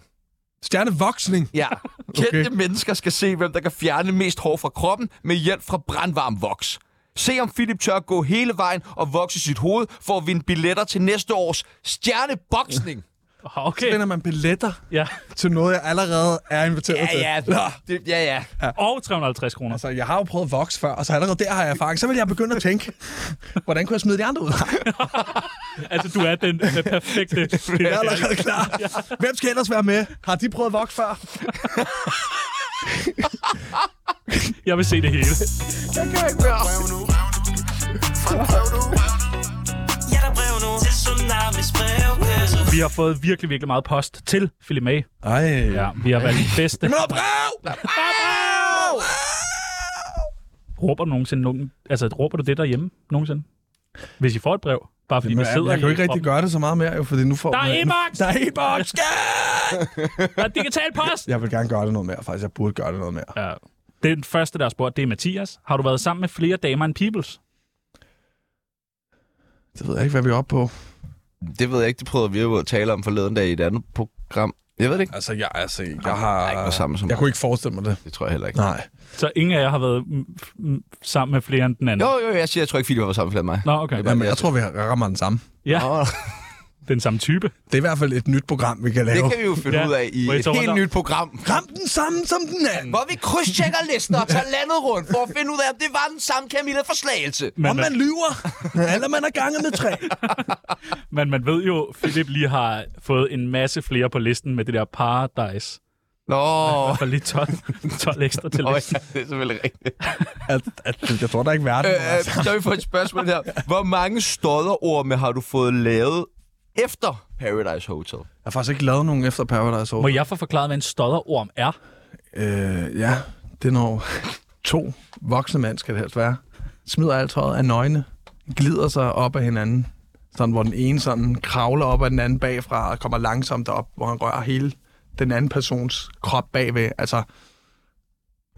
Stjernevoksning?
Ja. Kendte okay. mennesker skal se, hvem der kan fjerne mest hår fra kroppen med hjælp fra brandvarm voks. Se om Philip tør gå hele vejen og vokse sit hoved for at vinde billetter til næste års stjerneboksning.
Okay.
Finder man billetter
Ja.
til noget, jeg allerede er inviteret
Ja,
til?
ja. Det, ja, ja.
Og 350 kroner.
Altså, jeg har jo prøvet voks før, og så allerede der har jeg erfaring. Så vil jeg begynde at tænke, hvordan kunne jeg smide de andre ud?
Altså, du er den øh, perfekte...
Jeg er allerede klar. Hvem skal ellers være med? Har de prøvet voks før?
Jeg vil se det hele.
Brev nu. Brev nu. Ja, der er brev nu. Til Tsunamis brevkasse.
Vi har fået virkelig, virkelig meget post til Philip May.
Ej. Ja.
Ja, vi har valgt den bedste.
Men der er brev!
Råber du nogensinde nogen... Altså, råber du det derhjemme nogensinde? Hvis I får et brev? Bare fordi man
Jamen,
sidder
jeg kan jo ikke
i-
rigtig gøre det så meget mere, jo, fordi nu får
Der er
man-
e-boks!
Der er e-box!
Der er digital post!
Jeg vil gerne gøre det noget mere, faktisk. Jeg burde gøre det noget mere.
Ja. Den første, der har spurgt, det er Mathias. Har du været sammen med flere damer end peoples?
Det ved jeg ikke, hvad vi er oppe på.
Det ved jeg ikke, det prøvede vi jo at tale om forleden dag i et andet program. Jeg ved det ikke.
Altså, jeg, altså, jeg
Jeg
har...
har ikke noget sammen som
Jeg kunne ikke forestille mig det.
Det tror jeg heller ikke.
Nej.
Så ingen af jer har været mm, f- mm, sammen med flere end den anden?
Jo, jo, jeg siger, jeg tror ikke, Philip var sammen med mig.
Nå, okay.
Det er bare-
Jamen, jeg tror, vi rammer den samme.
Ja,
Nå,
den samme type.
Det er i hvert fald et nyt program, vi kan lave.
det kan vi jo finde
Ja.
ud af i
Må jeg
et
tage
helt
rundt om?
nyt program.
Ram den samme som den anden.
Hvor vi krydstjekker listen og tager landet rundt for at finde ud af, om det var den samme Camilla fra Slagelse.
Om man lyver, eller man er ganget med tre.
Men man ved jo, Philip lige har fået en masse flere på listen med det der paradise.
Nå,
Og lige 12, 12 ekstra til
oh,
listen.
ja, det er selvfølgelig rigtigt.
At, at, jeg tror, der er ikke verden. altså.
Øh, så har vi fået et spørgsmål her. Hvor mange stodderorme har du fået lavet efter Paradise Hotel?
Jeg har faktisk ikke lavet nogen efter Paradise
Må
Hotel.
jeg få forklaret, hvad en stodderorm er?
Øh, ja, det er når to voksne mænd, skal det helst være, smider alt tøjet af nøgne, glider sig op af hinanden, sådan hvor den ene sådan kravler op af den anden bagfra og kommer langsomt op, hvor han rører hele den anden persons krop bagved. Altså,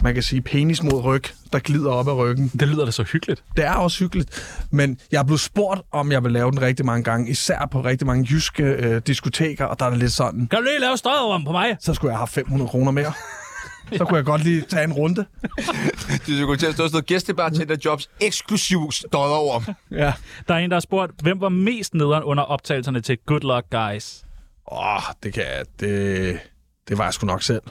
man kan sige penis mod ryg, der glider op af ryggen.
Det lyder da så hyggeligt.
det er også hyggeligt, men jeg er blevet spurgt, om jeg vil lave den rigtig mange gange, især på rigtig mange jyske øh, diskoteker, og der er det lidt sådan,
Kan du lige lave stodderorm på mig?
så skulle jeg have 500 kroner mere. Så kunne jeg godt lige tage en runde.
Det skulle til at stå sådan noget gæstebartender jobs eksklusiv stodderorm.
Ja.
Der er en, der har spurgt, hvem var mest nederen under optagelserne til Good Luck Guys?
Åh, det kan jeg, det, det var jeg sgu nok selv.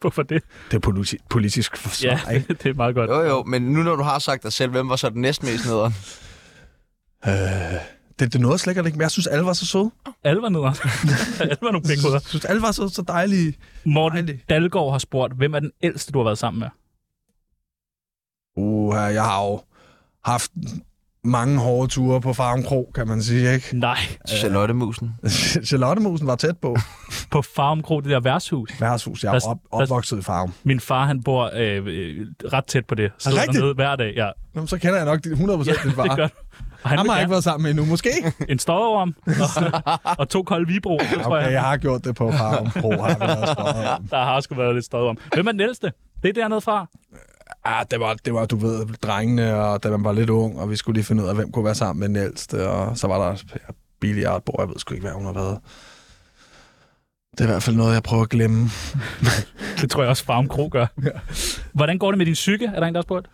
Hvorfor det?
Det er politi- politisk forsvar,
Ja,
ikke?
det er meget godt.
Jo jo, men nu når du har sagt dig selv, hvem var så den næstmest nederen?
Øh, Det, det nåede slet ikke, men jeg synes, alle var så søde.
Alle var nederen. Alle var nogle pækhoveder.
Jeg synes, alle var så, så dejlige.
Morten
Dejligt.
Dalgaard har spurgt, hvem er den ældste, du har været sammen med?
Uh, jeg har jo haft mange hårde ture på Farum Kro, kan man sige, ikke?
Nej,
Charlotte Musen.
Charlottemusen var tæt på.
på Farum Kro, det der værtshus.
Værtshus, jeg er
Der-
op,
der-
opvokset i Farum.
Min far, han bor øh, øh, ret tæt på det. Så
rigtigt?
dernede hver dag, ja.
Jamen, så kender jeg nok dit- 100% ja, din far.
Det gør du. Og han
Han
vil
har ikke
gerne
været sammen med endnu, måske.
en stodderorm og, og to kolde vibro, det tror
Okay,
jeg.
jeg har gjort det på Farum Pro, har vi været spørget om.
Der har sgu været lidt stodderorm. Hvem er den ældste? Det er dernede fra.
Ah, det var, det var, du ved, drengene, og da man var lidt ung, og vi skulle lige finde ud af, hvem kunne være sammen med den ældste, og så var der også ja, billiardbord, jeg ved sgu ikke, hvad hun har været. Det er i hvert fald noget, jeg prøver at glemme.
Det tror jeg også, Farum Kro gør. Hvordan går det med din psyke? Er der en, der har spurgt?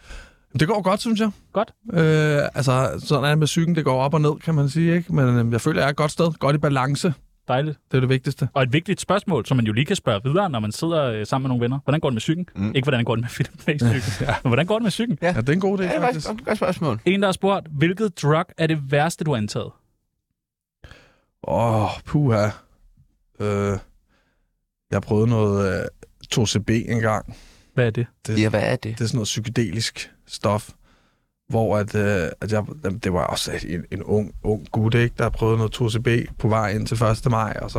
Det går godt, synes jeg.
Godt.
Øh, altså, sådan er det med psyken, det går op og ned, kan man sige, ikke? Men øh, jeg føler, jeg er et godt sted, godt i balance.
Dejligt.
Det er det vigtigste.
Og et vigtigt spørgsmål, som man jo lige kan spørge videre, når man sidder øh, sammen med nogle venner. Hvordan går det med psyken? Mm. Ikke hvordan går det med Philip Mays psyken, ja. men hvordan går det med psyken?
Ja, det er en god idé,
Ja, det var
faktisk.
et godt spørgsmål.
En, der har spurgt, hvilket drug er det værste, du har antaget?
Åh, oh, puha. Øh, jeg prøvede noget øh, 2CB engang.
Hvad er det?
Det,
Ja,
yep.
hvad er det?
det er sådan noget psykedelisk stof, hvor at, øh, at jeg, jamen, det var også en, en ung, ung gut, ikke, der prøvede noget 2CB på vej ind til 1. maj, og så,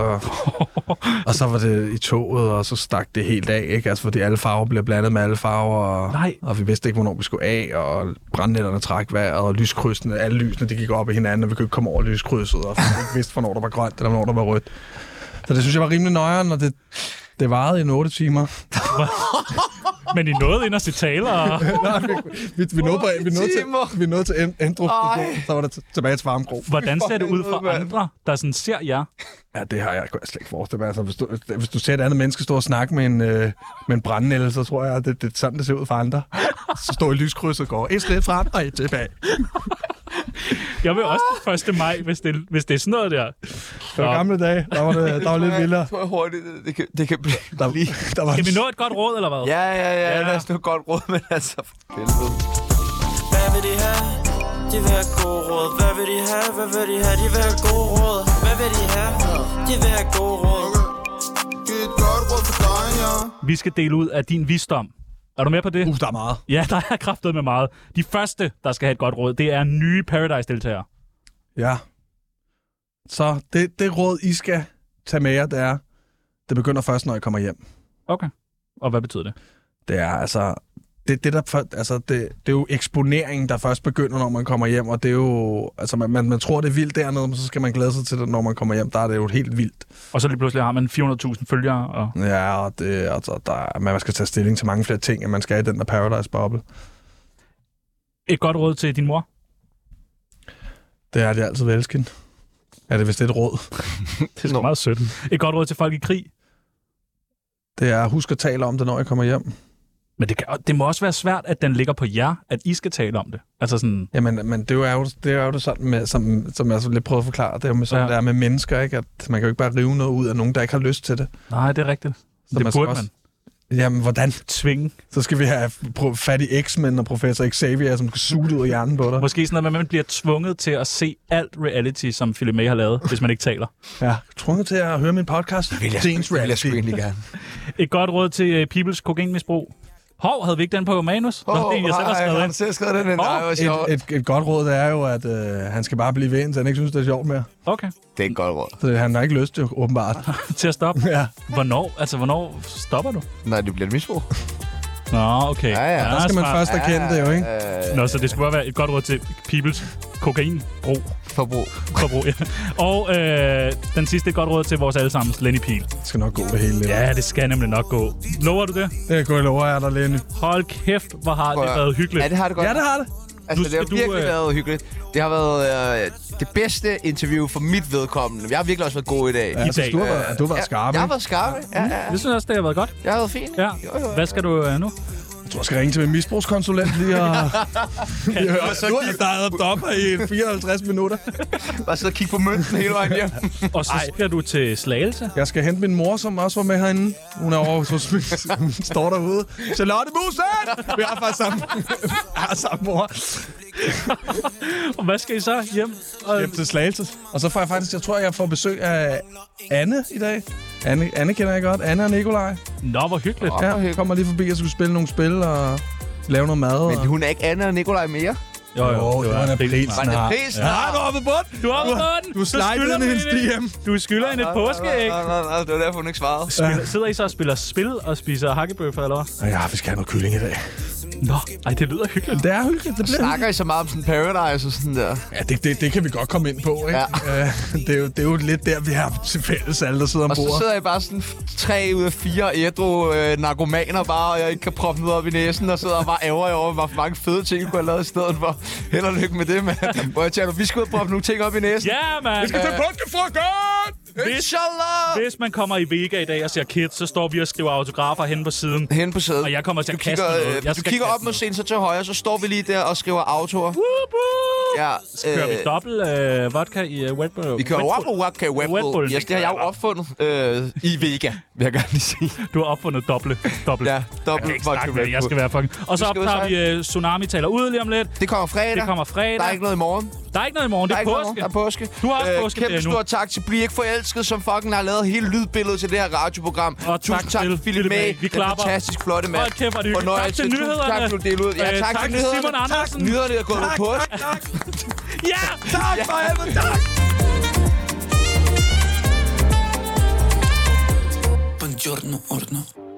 og så var det i toget, og så stak det helt af, ikke? Altså, fordi alle farver blev blandet med alle farver, og,
Nej.
og vi vidste ikke, hvornår vi skulle af, og brandnætterne trak vejret, og lyskrydsene, alle lysene, de gik op i hinanden, og vi kunne ikke komme over lyskrydset, og vi ikke vidste, hvornår der var grønt, eller hvornår der var rødt. Så det synes jeg var rimelig nøjeren, og det, det varede i 8 timer.
Men I nåede ind og se taler. Og...
Nej, vi, vi, vi, nåede bare, vi, nåede til, vi nåede til End- Endrup,
Ej.
så var det t- tilbage til Farmgro.
Hvordan ser det ud for andre, der sådan ser jer?
Ja, det har jeg, kunne jeg slet ikke forestille mig. Altså, hvis, du, hvis du ser et andet menneske stå og snakke med en, øh, med en brændnælle, så tror jeg, at det, det er sådan, det ser ud for andre. Så står i lyskrydset og går et skridt frem og et tilbage.
Jeg vil også den 1. maj, hvis det, hvis det er sådan noget der.
Det var gamle dage, der var det, der var lidt vildere.
Jeg tror jeg hurtigt, det- det kan, det kan blive...
Der, der var
Kan vi nå et godt råd, eller hvad?
Ja, ja, ja,
Ja.
ja. lad os nu godt råd, men altså... For helvede.
Hvad vil de have? De vil have gode råd. Hvad vil de have? Hvad vil de have? De vil have gode råd. Hvad vil de have? De vil have gode råd.
Giv et godt råd for dig, ja.
Vi skal dele ud af din visdom. Er du med på det?
Uh, der er meget.
Ja, der er kraftet med meget. De første, der skal have et godt råd, det er nye Paradise-deltagere.
Ja. Så det, det råd, I skal tage med jer, det er, det begynder først, når I kommer hjem.
Okay. Og hvad betyder det?
Det er altså... Det, det, der først, altså det, det er jo eksponeringen, der først begynder, når man kommer hjem, og det er jo... Altså, man, man, man tror, det er vildt dernede, men så skal man glæde sig til det, når man kommer hjem. Der er det jo helt vildt.
Og så lige pludselig har man 400.000 følgere. Og...
Ja, og det, altså, der, er- man skal tage stilling til mange flere ting, end man skal i den der Paradise-boble.
Et godt råd til din mor.
Det er det altid velskin. Er det vist et råd?
Det er sgu meget sødt. Et godt råd til folk i krig.
Det er, husk at tale om det, når jeg kommer hjem.
Men det, kan, det må også være svært, at den ligger på jer, at I skal tale om det. Altså sådan,
Jamen, men det er jo, det er jo det sådan, med, som, som jeg så lidt prøvede at forklare, det er jo med, sådan,
Ja.
ja. det er med mennesker, ikke? at man kan jo ikke bare rive noget ud af nogen, der ikke har lyst til det.
nej, det er rigtigt. Så det
man
man
skal
burde
også-
man
Jamen, hvordan?
tvinge.
Så skal vi have pro- fat i X-Men og professor Xavier, som kan suge det ud af hjernen på dig.
Måske sådan noget med, at man bliver tvunget til at se alt reality, som Philip May har lavet, hvis man ikke taler.
Ja. Tvunget til at høre min podcast. Det vil jeg, Danes
Det vil jeg sgu egentlig gerne.
Et godt råd til øh, Peoples kokainmisbrug. Hov, havde vi ikke den på manus? Nå, det er en, jeg selv har skrevet
han
ind.
selv skrevet den. Nej,
Åh,
hvor sjovt.
Et, et, et godt råd det er jo, at øh, han skal bare blive ved, indtil han ikke synes, det er sjovt mere.
Okay,
Det er et godt råd.
Så han har ikke lyst til, åbenbart.
til at stoppe.
ja.
Hvornår, altså, hvornår stopper du?
Nej, det bliver et misbrug.
Nå, okay. Ah,
Ja, ja.
Der skal man
smart.
først erkende det jo, ikke?
Øh,
Nå, så det skulle bare være et godt råd til Peoples kokainbrug.
forbrug.
Forbrug, ja. Og øh, den sidste et godt råd til vores allesammens Lenny Pihl.
Det skal nok gå det hele. Ja.
Ja, det skal nemlig nok gå. Lover du det?
Det kan jeg love jer, der Lenny.
Hold kæft, hvor har det
Prøv at-
været hyggeligt.
Ja, det har det godt.
Ja, det har det.
Altså,
Nu
det har
skal du,
virkelig
øh,
været hyggeligt. Det har været øh, det bedste interview for mit vedkommende. Jeg har virkelig også været god i dag.
Ja, altså,
dag.
du har været, du har været skarp,
Jeg
ikke?
har været skarp. ikke? Ja, ja.
Jeg synes også, det har været godt.
Jeg har været fint.
Ja.
Jo, jo.
Hvad skal du øh, nu?
Jeg tror, jeg skal ringe til min misbrugskonsulent lige og... lige høre. Du har startet dopper i 54 minutter.
Bare sidde og kigge på mønten hele vejen hjem.
Og så skal du til Slagelse.
Jeg skal hente min mor, som også var med herinde. Hun er over hos min, hun står derude. Charlotte Musen! Vi har faktisk sammen, har sammen mor.
Og hvad skal I så hjem? Og,
Hjem til Slagelse. Og så får jeg faktisk, jeg tror, jeg får besøg af Anne i dag. Anne, Anne kender jeg godt. Anne og Nikolaj.
Nå, hvor hyggeligt.
Ja, kommer lige forbi, og så vi spille nogle spil og lave noget mad. Og...
Men hun er ikke Anna og Nikolaj mere.
Jo,
Jo, det var en april.
Var det
Nej.
prisen?
Nej, du har på bund!
Du har den!
Du slidede ind i hendes DM.
Du skylder hende et påskeæg.
Nej, nej, nej, det var derfor, hun ikke svarede.
Spiller, sidder I så og spiller spil og spiser hakkebøffer, eller hvad?
Ja, vi skal have noget kylling i dag.
Nå, ej, det lyder hyggeligt.
Det er hyggeligt, det bliver
Snakker I så meget om sådan Paradise og sådan der?
Ja, det, det, det kan vi godt komme ind på, ikke? Ja. det, er jo, det er jo lidt der, vi har til fælles alle, der sidder
Og
om
så
bordet.
sidder jeg bare sådan tre ud af fire ædru øh, narkomaner bare, og jeg ikke kan proppe noget op i næsen, og sidder og bare ærger jer over, hvor mange fede ting, jeg kunne have lavet i stedet for. Held og lykke med det, mand. Hvor jeg tænker, vi skal ud og proppe nogle ting op i næsen.
Ja, mand!
Påskefrokost! Inshallah!
Hvis man kommer i Vega i dag og ser kids, så står vi og skriver autografer hen på siden.
Hen på sædet.
Og jeg kommer til
du
at kaste
kigger,
noget.
øh,
Jeg
du
skal
kigger
kaste
op mod
noget.
scenen, så til højre, så står vi lige der og skriver autoer.
Woop, woop.
Ja,
Kører vi dobbelt øh, vodka i øh, Red Bull?
Øh. vi kører
Red Bull.
Wapple Wapka
Red Bull.
Wapple. Yes, det har jeg jo opfundet øh, i Vega, vil jeg gerne lige sige.
Du har opfundet doble. doble.
Ja,
Jeg kan
dobbelt
ikke
vodka
snakke med det. Jeg skal
Red Bull.
være fucking... Og så
Du skal ud,
optager vi øh, Tsunami taler ud lige om lidt.
Det kommer fredag.
Det kommer fredag.
Der er ikke noget i morgen. Det
Der er ikke noget i morgen. Det er,
ikke noget i morgen.
påske.
Der er påske. Øh,
Du har også påske
Kæmpe
ferie nu.
stor tak til Bliv ikke forelsket, som fucking har lavet hele lydbilledet til det her radioprogram.
Og
Tusind
tak
tak
til
til Philip
Philip May.
May.
Vi klapper.
Den fantastisk flotte mand.
Hold kæft, hvor er det hyggeligt. Tak
Fornøjelse.
til
Tusind
nyhederne.
Tak, for du delte ud.
Øh,
Ja, tak,
tak
til
til
nyhederne.
Simon Andersen.
Tak, nyhederne er gået på påske.
Ja!
Tak for helvede, tak!
Buongiorno, orno.